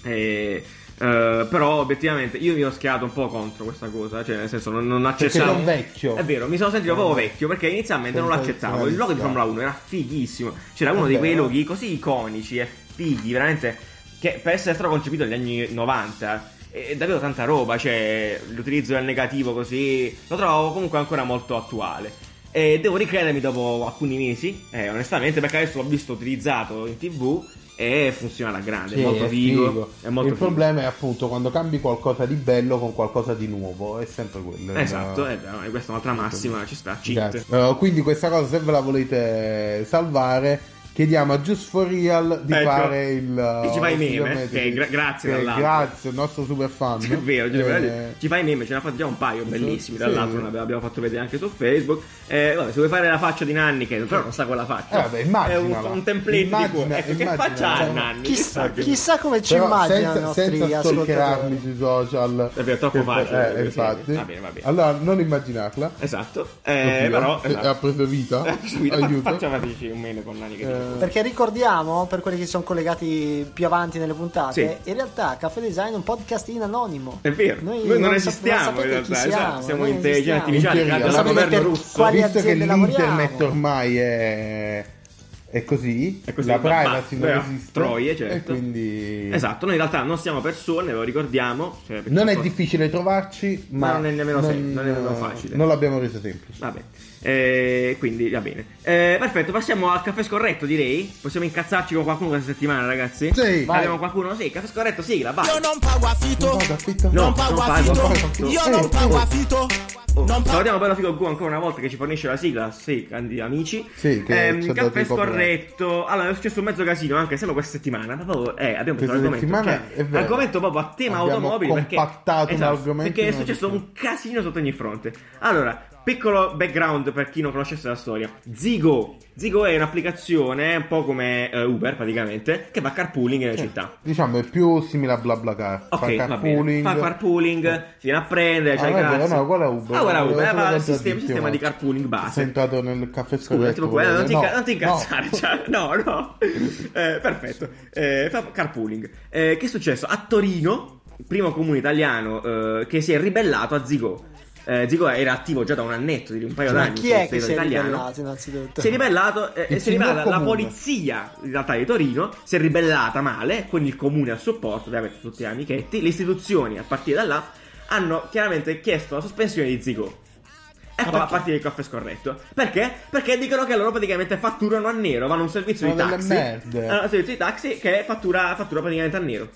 S6: eh, eh, però obiettivamente io mi ho schiato un po' contro questa cosa, cioè nel senso non, non
S3: Perché
S6: accettavo.
S3: sono vecchio.
S6: È vero, mi sono sentito proprio vecchio perché inizialmente non lo
S3: Sono
S6: accettavo. Il logo di
S3: tradizionalista.
S6: Formula 1 era fighissimo. C'era uno
S3: È
S6: di quei
S3: vero.
S6: loghi così iconici e fighi, veramente. Che per essere stato concepito negli anni 90 è davvero tanta roba. Cioè, l'utilizzo del negativo così lo trovo comunque ancora molto attuale. E devo ricredermi dopo alcuni mesi, eh, onestamente, perché adesso l'ho visto utilizzato in tv e funziona alla grande.
S3: Sì,
S6: è molto
S3: è
S6: figo.
S3: figo.
S6: È molto
S3: il
S6: figo.
S3: problema è appunto quando cambi qualcosa di bello con qualcosa di nuovo, è sempre quello.
S6: Esatto,
S3: Il-
S6: è vero, e questa è un'altra massima, ci sta, cheat.
S3: Grazie. Eh, quindi questa cosa se ve la volete salvare chiediamo a Just for Real di
S6: Ecco.
S3: fare il eh,
S6: E ci fai i
S3: il
S6: meme,
S3: chilometro.
S6: che gra- grazie
S3: Che
S6: dall'altro.
S3: grazie il nostro super fan
S6: *laughs* È vero, cioè, ci-
S3: Eh,
S6: ci fai i meme, ce ne ha fatto già un paio bellissimi. Tra
S3: sì.
S6: l'altro, ne abbiamo fatto vedere anche su Facebook. Eh, vabbè, se vuoi fare la faccia di Nanni, che però non sa quella faccia,
S3: Eh, vabbè, immaginala.
S6: è un, un template
S3: Immagina-
S6: di cui. Ecco, che
S3: immagina,
S6: faccia ha
S3: cioè,
S6: Nanni?
S4: Chissà,
S6: che-
S4: chissà come ci
S3: però
S4: immaginano i
S3: senza,
S4: nostri
S3: senza stalkerarmi
S4: ascoltatori.
S3: sui social
S6: Eh, È vero, è troppo
S3: Che-
S6: facile,
S3: eh,
S6: sì.
S3: infatti.
S6: Va bene, va bene.
S3: allora non immaginarla
S6: Esatto, eh,
S3: Oddio,
S6: però.
S3: se- ha preso vita
S6: *laughs* Aiuto.
S3: aiuto
S6: Facciamo dici, un meme con Nanni che dice.
S3: Eh,
S4: Perché ricordiamo, per quelli che si sono collegati più avanti nelle puntate, in realtà Caffè Design è un podcast in anonimo.
S6: È vero, noi, non,
S4: sap-
S6: esistiamo in
S4: sapete chi
S6: realtà,
S4: siamo,
S6: esatto, siamo
S4: noi non
S6: intelligenti
S4: esistiamo.
S6: artificiali,
S3: In teoria,
S6: grazie al
S3: sapete
S6: governo
S4: per
S6: russo.
S4: quali
S3: visto che
S4: aziende
S3: l'internet
S4: lavoriamo?
S3: ormai è, è così,
S6: E così
S3: la
S6: va- va-
S3: privacy non
S6: va-
S3: esiste,
S6: Troie, certo.
S3: e quindi
S6: Esatto, noi in realtà non siamo persone, ve lo ricordiamo. cioè, perché
S3: non è
S6: so-
S3: difficile trovarci, ma,
S6: Ma non è nemmeno sem- non è nemmeno facile.
S3: Non l'abbiamo reso semplice.
S6: Vabbè, eh, quindi va bene. Eh, perfetto, passiamo al caffè scorretto, direi. Possiamo incazzarci con qualcuno questa settimana, ragazzi?
S3: Sì, vai.
S6: Abbiamo qualcuno? Sì, caffè scorretto, sigla, vai.
S2: Io non pago affitto,
S3: Non pago affitto.
S6: No,
S2: non
S6: non
S2: pago
S6: pago
S2: affitto,
S3: affitto.
S2: io
S3: Eh,
S2: non pago
S3: eh.
S2: affitto,
S6: Oh,
S2: non pago
S6: Salutiamo bello figo Gu ancora una volta che ci fornisce la sigla, sì, grandi amici.
S3: Sì, che
S6: Ehm,
S3: ci ha dato eh.
S6: caffè
S3: i copyright.
S6: scorretto. Allora, è successo un mezzo casino anche solo questa settimana. Ma proprio, eh, abbiamo
S3: Questa
S6: preso l'argomento.
S3: settimana
S6: cioè,
S3: è vero.
S6: argomento proprio a tema
S3: Abbiamo
S6: automobili. perché-
S3: compattato un
S6: esatto,
S3: argomento
S6: Perché è
S3: in una
S6: successo un
S3: settimana.
S6: casino sotto ogni fronte. Allora, piccolo background per chi non conoscesse la storia. Zigo. Zigo è un'applicazione un po' come eh, Uber praticamente, che fa carpooling nelle città.
S3: Diciamo è più simile a bla bla car. fa
S6: Ok, va bene.
S3: carpooling.
S6: Fa carpooling, si viene a prendere, c'hai
S3: Ah, guarda,
S6: cazzo.
S3: no, guarda Uber.
S6: Ah, guarda
S3: Volevo solo
S6: Uber, va il
S3: contraddirti,
S6: sistema, sistema
S3: ma-
S6: di carpooling
S3: Sei
S6: base.
S3: entrato nel caffè
S6: Scusa,
S3: scorretto.
S6: tipo, guarda, non, ti,
S3: volevo
S6: inca-
S3: dire.
S6: non ti
S3: No,
S6: incazzare,
S3: no.
S6: cioè, no, no. Eh, perfetto. Eh, fa carpooling. Eh, che è successo? A Torino, primo comune italiano eh, che si è ribellato a Zigo. Eh, Zigo era attivo già da un annetto, di un paio
S4: Ma
S6: d'anni.
S4: Cioè, chi è che
S6: sul territorio
S4: si è
S6: italiano.
S4: ribellato innanzitutto?
S6: Si è ribellato eh, e
S3: Esatto. Il
S6: si è ribellata
S3: signor
S6: la
S3: comune.
S6: polizia in realtà di Torino, si è ribellata male con il comune a supporto, ovviamente tutti amichetti, le istituzioni a partire da là hanno chiaramente chiesto la sospensione di Zico. Ecco a partire il caffè scorretto. Perché? Perché dicono che loro praticamente fatturano a nero, vanno a un servizio
S3: Sono
S6: di
S3: delle
S6: taxi.
S3: merde.
S6: Hanno un servizio di taxi che fattura, fattura praticamente a nero.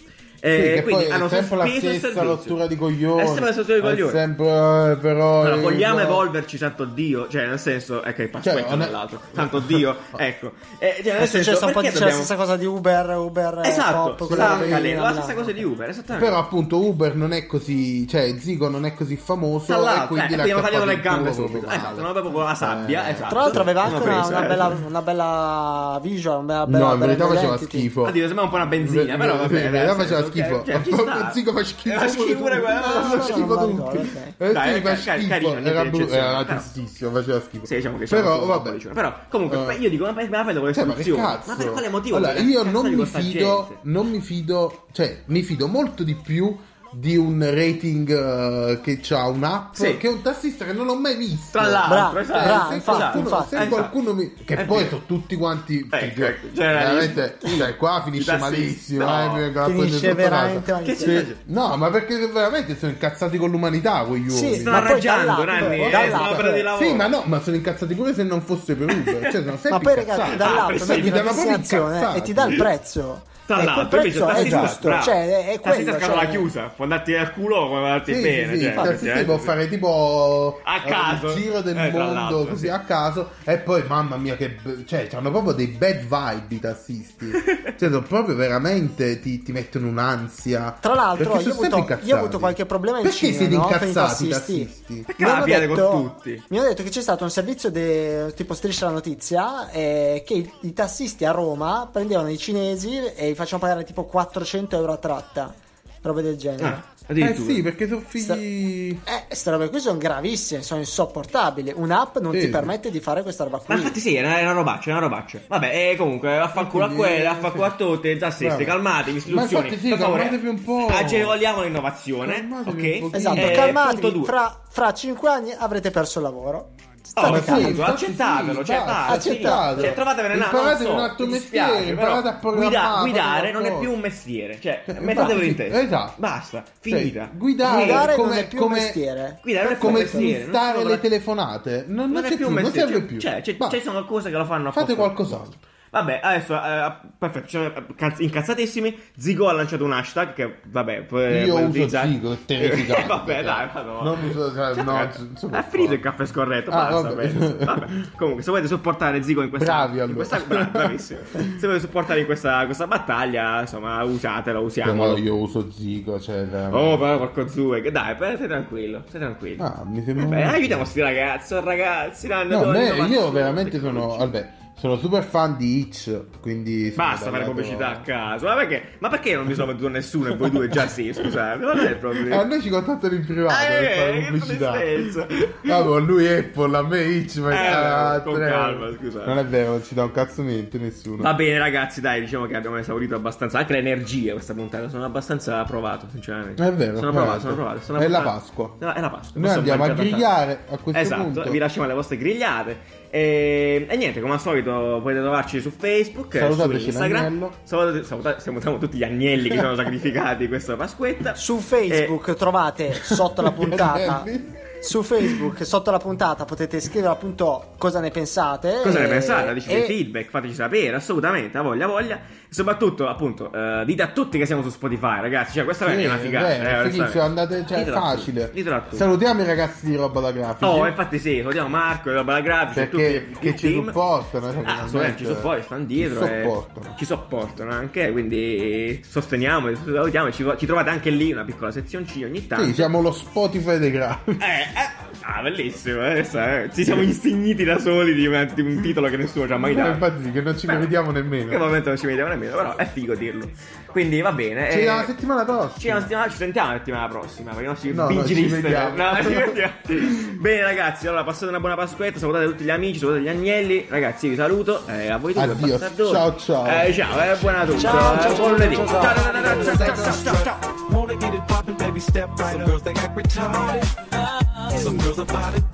S6: Eh,
S3: che
S6: quindi
S3: poi
S6: hanno
S3: è sempre la
S6: sospeso il
S3: stessa
S6: servizio.
S3: rottura di coglioni.
S6: È sempre la stessa di
S3: È
S6: coglioni.
S3: sempre, eh, però.
S6: Allora, vogliamo
S3: eh,
S6: evolverci, santo Dio, cioè nel senso, ecco, fa
S3: Cioè,
S6: cioè,
S3: non è-
S6: dall'altro, santo Dio, ecco, Eh, cioè, nel
S4: È
S6: senso,
S4: successo un po' di
S6: perché
S4: c'è la
S6: dobbiamo...
S4: stessa cosa di Uber, Uber eh,
S6: Esatto,
S4: Pop, quella
S6: stanca
S4: dove-
S6: lei, la stessa cosa di Uber, esattamente.
S3: Però appunto Uber non è così, cioè Zico non è così famoso e
S6: Dall'altro, eh,
S3: quindi
S6: quindi
S3: l'ha
S6: abbiamo
S3: acchiappato
S6: tagliato le
S3: il culo
S6: gambe
S3: proprio
S6: subito.
S3: male.
S6: Esatto, no, proprio con la sabbia,
S3: Eh,
S6: esatto.
S4: Tra l'altro aveva anche
S6: Una
S4: una,
S6: presa,
S4: una
S6: eh.
S4: bella, una bella vision, una bella,
S3: No, in
S4: bella
S3: verità faceva
S4: identity.
S3: schifo.
S6: Oddio, sembra un po' una benzina,
S3: In
S6: però
S3: ver-
S6: vabbè.
S3: in verità
S6: nel
S3: faceva
S6: senso,
S3: schifo.
S6: ok, cioè, ci sta.
S3: Proprio Zico fa schifo.
S6: Era schifo pure quello.
S4: No, no,
S3: Faceva
S4: no,
S3: schifo
S4: non
S3: tutti.
S4: lo ricordo, ok.
S3: Eh,
S6: Dai,
S3: sì,
S6: ca-
S3: fa
S6: ca-
S3: schifo.
S6: carino, niente
S3: Era, bru-
S6: eccezione,
S3: era
S6: però.
S3: tristissimo, faceva schifo.
S6: Sì, diciamo che c'è
S3: Però
S6: un
S3: vabbè.
S6: po' Però comunque,
S3: Eh.
S6: beh, io dico, ma perché mi ha preso questa
S3: Cioè, ma che
S6: istruzione?
S3: cazzo?
S6: Ma per quale motivo?
S3: Allora,
S6: Perché
S3: io
S6: cazzo
S3: non
S6: di
S3: mi
S6: questa
S3: fido,
S6: gente?
S3: non mi fido, cioè, mi fido molto di più di un rating eh, che ha un'app
S6: Sì.
S3: che un tassista che non ho mai visto.
S6: Tra l'altro,
S4: Bra-
S6: esatto,
S4: bra-
S3: se
S4: infatti,
S6: esatto,
S3: Eh, qualcuno,
S4: infatti.
S3: se
S6: esatto.
S3: qualcuno mi... Che
S6: È
S3: poi
S6: vero.
S3: sono tutti quanti...
S6: Ecco, ecco,
S3: veramente, cioè, qua finisce
S6: tassisti,
S3: malissimo.
S6: no.
S3: eh, la prende
S4: Finisce
S3: sotto
S4: veramente
S3: casa.
S4: ogni
S6: Che
S4: sì.
S6: c'è?
S3: Sì. No, ma perché veramente sono incazzati con l'umanità quegli uomini.
S4: Sì,
S6: Stanno
S4: Ma poi
S6: arrangiando,
S4: dall'altro,
S6: Nanni,
S4: poi
S6: eh,
S4: dall'altro.
S6: stanno per di lavoro.
S3: Sì, ma no, ma sono incazzati pure se non fosse per Uber. Cioè, sono sempre
S4: Ma poi
S3: incazzati.
S4: ragazzi,
S6: Ah,
S4: dall'altro
S6: perché
S4: vedi
S3: mi
S4: una
S3: dava proprio
S4: destinazione eh, e ti dà il prezzo.
S6: Tra
S4: E quel
S6: l'altro,
S4: prezzo è
S3: tassista,
S4: giusto, cioè è, è quello.
S6: Tassista la
S4: cioè-
S6: chiusa, può andarti al culo come andarti
S3: Sì, sì,
S6: bene.
S3: sì,
S6: cioè,
S3: il tassista
S6: cioè,
S3: può
S6: sì.
S3: fare tipo
S6: A
S3: eh,
S6: caso.
S3: il giro del
S6: Eh, tra
S3: mondo
S6: l'altro,
S3: così
S6: sì.
S3: a caso e poi mamma mia che be- cioè hanno proprio dei bad vibe i
S6: *laughs*
S3: tassisti cioè sono proprio veramente ti, ti mettono un'ansia
S4: Tra l'altro,
S3: Perché
S4: io ho,
S3: sono sempre
S4: avuto,
S3: incazzati.
S4: io ho avuto qualche problema in
S3: perché
S4: Cina,
S3: siete
S4: no? con i
S3: incazzati i
S4: tassisti.
S3: tassisti
S6: Perché
S4: Mi hanno
S6: arrabbiate
S4: detto-
S6: con tutti?
S4: Mi hanno detto che c'è stato un servizio de- tipo Striscia la Notizia eh, che i, i tassisti a Roma prendevano i cinesi e li facevano pagare tipo 400 euro a tratta, robe del genere.
S6: Ah,
S3: eh
S6: addirittura.
S3: sì perché sono figli
S4: Eh, queste robe qui sono gravissime, sono insopportabili. Un'app non
S3: Sì,
S4: ti
S3: sì.
S4: permette di fare questa roba qui.
S6: Ma infatti sì, è una, è una robaccia, è una robaccia. Vabbè, eh, comunque, affanculo a
S3: Quindi,
S6: quella,
S3: eh,
S6: affanculo a
S3: sì.
S6: tutte, tassiste,
S3: Bravo.
S6: calmatevi,
S3: Ma
S6: istituzioni.
S3: infatti sì,
S6: per favore,
S3: calmatevi un po'.
S6: Agevoliamo l'innovazione,
S3: Calmatevi un
S6: ok?
S3: pochino.
S4: Esatto,
S6: Eh, punto
S4: calmatevi,
S6: due.
S4: fra, fra 5 anni avrete perso il lavoro.
S6: Oh,
S4: State
S6: ma
S4: calmi.
S6: sì,
S3: infatti
S6: accettatevelo, cioè,
S3: basta,
S6: dai, sì.
S3: accettatelo.
S6: Cioè, trovatevene una-
S3: Imparate
S6: non so,
S3: un altro
S6: mi
S3: mestiere,
S6: dispiace, però
S3: imparate a programmare,
S6: guida-
S3: fare
S6: guidare non è
S3: qualcosa.
S6: più un mestiere, cioè,
S3: Cioè,
S6: mettetevelo in
S3: *laughs* infatti,
S6: testa.
S3: esatto.
S6: Basta,
S3: Cioè,
S6: finita.
S3: guidare,
S4: Guidare non
S3: come-
S4: è più
S3: come-
S4: un mestiere.
S6: Guidare non è più un
S3: come
S6: mestiere, non
S3: smistare
S6: sono-
S3: le telefonate non,
S6: non
S3: non,
S6: è
S3: c'è
S6: più
S3: più,
S6: un
S3: non
S6: mestiere,
S3: serve
S6: cioè-
S3: più
S6: Cioè, c'è-
S3: Basta.
S6: ci sono cose che lo fanno a
S3: fate
S6: posto.
S3: qualcos'altro
S6: Vabbè, adesso, eh, perfetto, cioè, caz- incazzatissimi, Zigo ha lanciato un hashtag che, vabbè, eh, poi
S3: Io
S6: puoi
S3: uso
S6: utilizzare.
S3: Zigo, è terrificante.
S6: *laughs* vabbè, dai, madonna.
S3: Non uso- cioè,
S6: Certo
S3: no,
S6: che-
S3: z- insomma,
S6: è finito il
S3: fa.
S6: caffè scorretto,
S3: Ah,
S6: basta,
S3: vabbè.
S6: beh. Vabbè. Comunque, se volete supportare Zigo in questa...
S3: Bravi,
S6: in questa-
S3: allora.
S6: bra- bravissimo. Se volete supportare in questa, questa battaglia, insomma, usatelo,
S3: Cioè, no,
S6: usiamolo.
S3: io uso Zico cioè veramente.
S6: Oh, però, porco Zue, che- dai, però, stai tranquillo, stai tranquillo.
S3: Ah, mi sembra
S6: Vabbè,
S3: un-
S6: Eh aiutiamo sti ragazzi, oh, ragazzi, danno
S3: No,
S6: due
S3: me- io
S6: innovazioni,
S3: veramente sono.
S6: tecnologie.
S3: Vabbè, sono super fan di Hitch. Quindi. sono
S6: Basta fare
S3: dal lato-
S6: pubblicità a caso. Ma perché, ma perché non mi sono venduto nessuno e voi due già sì? Scusate, non è
S3: Eh, a
S6: proprio.
S3: noi ci contattano in privato
S6: Eh,
S3: per fare
S6: che
S3: pubblicità.
S6: tristezza.
S3: Ah, boh, lui Apple, a me Hitch. Ma
S6: Eh,
S3: ah,
S6: con
S3: tre-
S6: calma, Ah, scusate.
S3: Non è vero, non ci dà un cazzo niente nessuno.
S6: Va bene, ragazzi, dai, diciamo che abbiamo esaurito abbastanza. Anche l'energia questa puntata. Sono abbastanza provato, sinceramente.
S3: È vero, veramente.
S6: Sono provato, sono provato. sono
S3: È la
S6: abbastanza-
S3: Pasqua.
S6: No, è la Pasqua.
S3: Noi
S6: Posso
S3: andiamo a
S6: mangiare tanto.
S3: grigliare a questo
S6: esatto,
S3: punto.
S6: vi lasciamo alle vostre grigliate. E, e niente, come al solito potete trovarci su Facebook,
S3: Salutateci
S6: su Instagram.
S3: l'agnello.
S6: Salutate, salutate, salutiamo tutti gli agnelli che sono sacrificati questa Pasquetta.
S4: Su Facebook
S6: Eh.
S4: trovate sotto
S6: *laughs*
S4: la puntata. Su Facebook sotto la puntata potete scrivere appunto cosa ne pensate.
S6: Cosa ne
S4: e-
S3: Eh,
S6: pensate? Dici dei
S4: e-
S6: feedback, fateci sapere, assolutamente, a voglia, a voglia. E soprattutto, appunto, eh, dite a tutti che siamo su Spotify, ragazzi. Cioè, questa è una figata. eh,
S3: È
S6: onestamente.
S3: finito, andate, cioè, è
S6: Ditelo a tutti,
S3: facile.
S6: Ditelo a tutti.
S3: Salutiamo i ragazzi di roba da grafica.
S6: Oh, infatti sì, salutiamo Marco, roba la grafica,
S3: Perché-
S6: tutti,
S3: che
S6: il
S3: ci
S6: team.
S3: supportano, eh,
S6: Ah,
S3: finalmente.
S6: assolutamente, ci supportano, stanno dietro.
S3: Ci
S6: eh,
S3: sopportano.
S6: ci sopportano anche, quindi sosteniamo, e salutiamo. e Ci, ci trovate anche lì una piccola sezioncina ogni tanto.
S3: Sì, siamo lo Spotify dei grafici.
S6: Eh, eh, ah, bellissimo, eh, sa- eh, ci siamo insigniti da soli di, una- di un titolo che nessuno ci ha mai dato.
S3: infatti, sì, che non ci
S6: Beh,
S3: vediamo
S6: Che al
S3: nemmeno.
S6: momento non ci vediamo nemmeno, però è figo dirlo. Quindi va bene.
S3: Ci
S6: eh,
S3: vediamo la settimana prossima.
S6: ci, vediamo la settimana- ci sentiamo la settimana prossima, perché i nostri
S3: No, no,
S6: binge
S3: ci
S6: listener-
S3: vediamo.
S6: no, ci vediamo. Bene ragazzi, allora passate una buona Pasquetta, salutate tutti gli amici, salutate gli agnelli. Ragazzi, io vi saluto. eh, a voi tutti.
S3: Addio,
S6: a Bastardoni.
S3: ciao, ciao.
S6: Eh, ciao, eh, buona tutti.
S4: Ciao,
S6: eh,
S4: ciao,
S6: buon lunedì.
S4: ciao, ciao.
S6: Ciao, ciao, ciao, ciao, ciao, ciao, ciao.
S2: Wanna get it poppin', baby, step right Some girls, they act retarded. Some girls about it.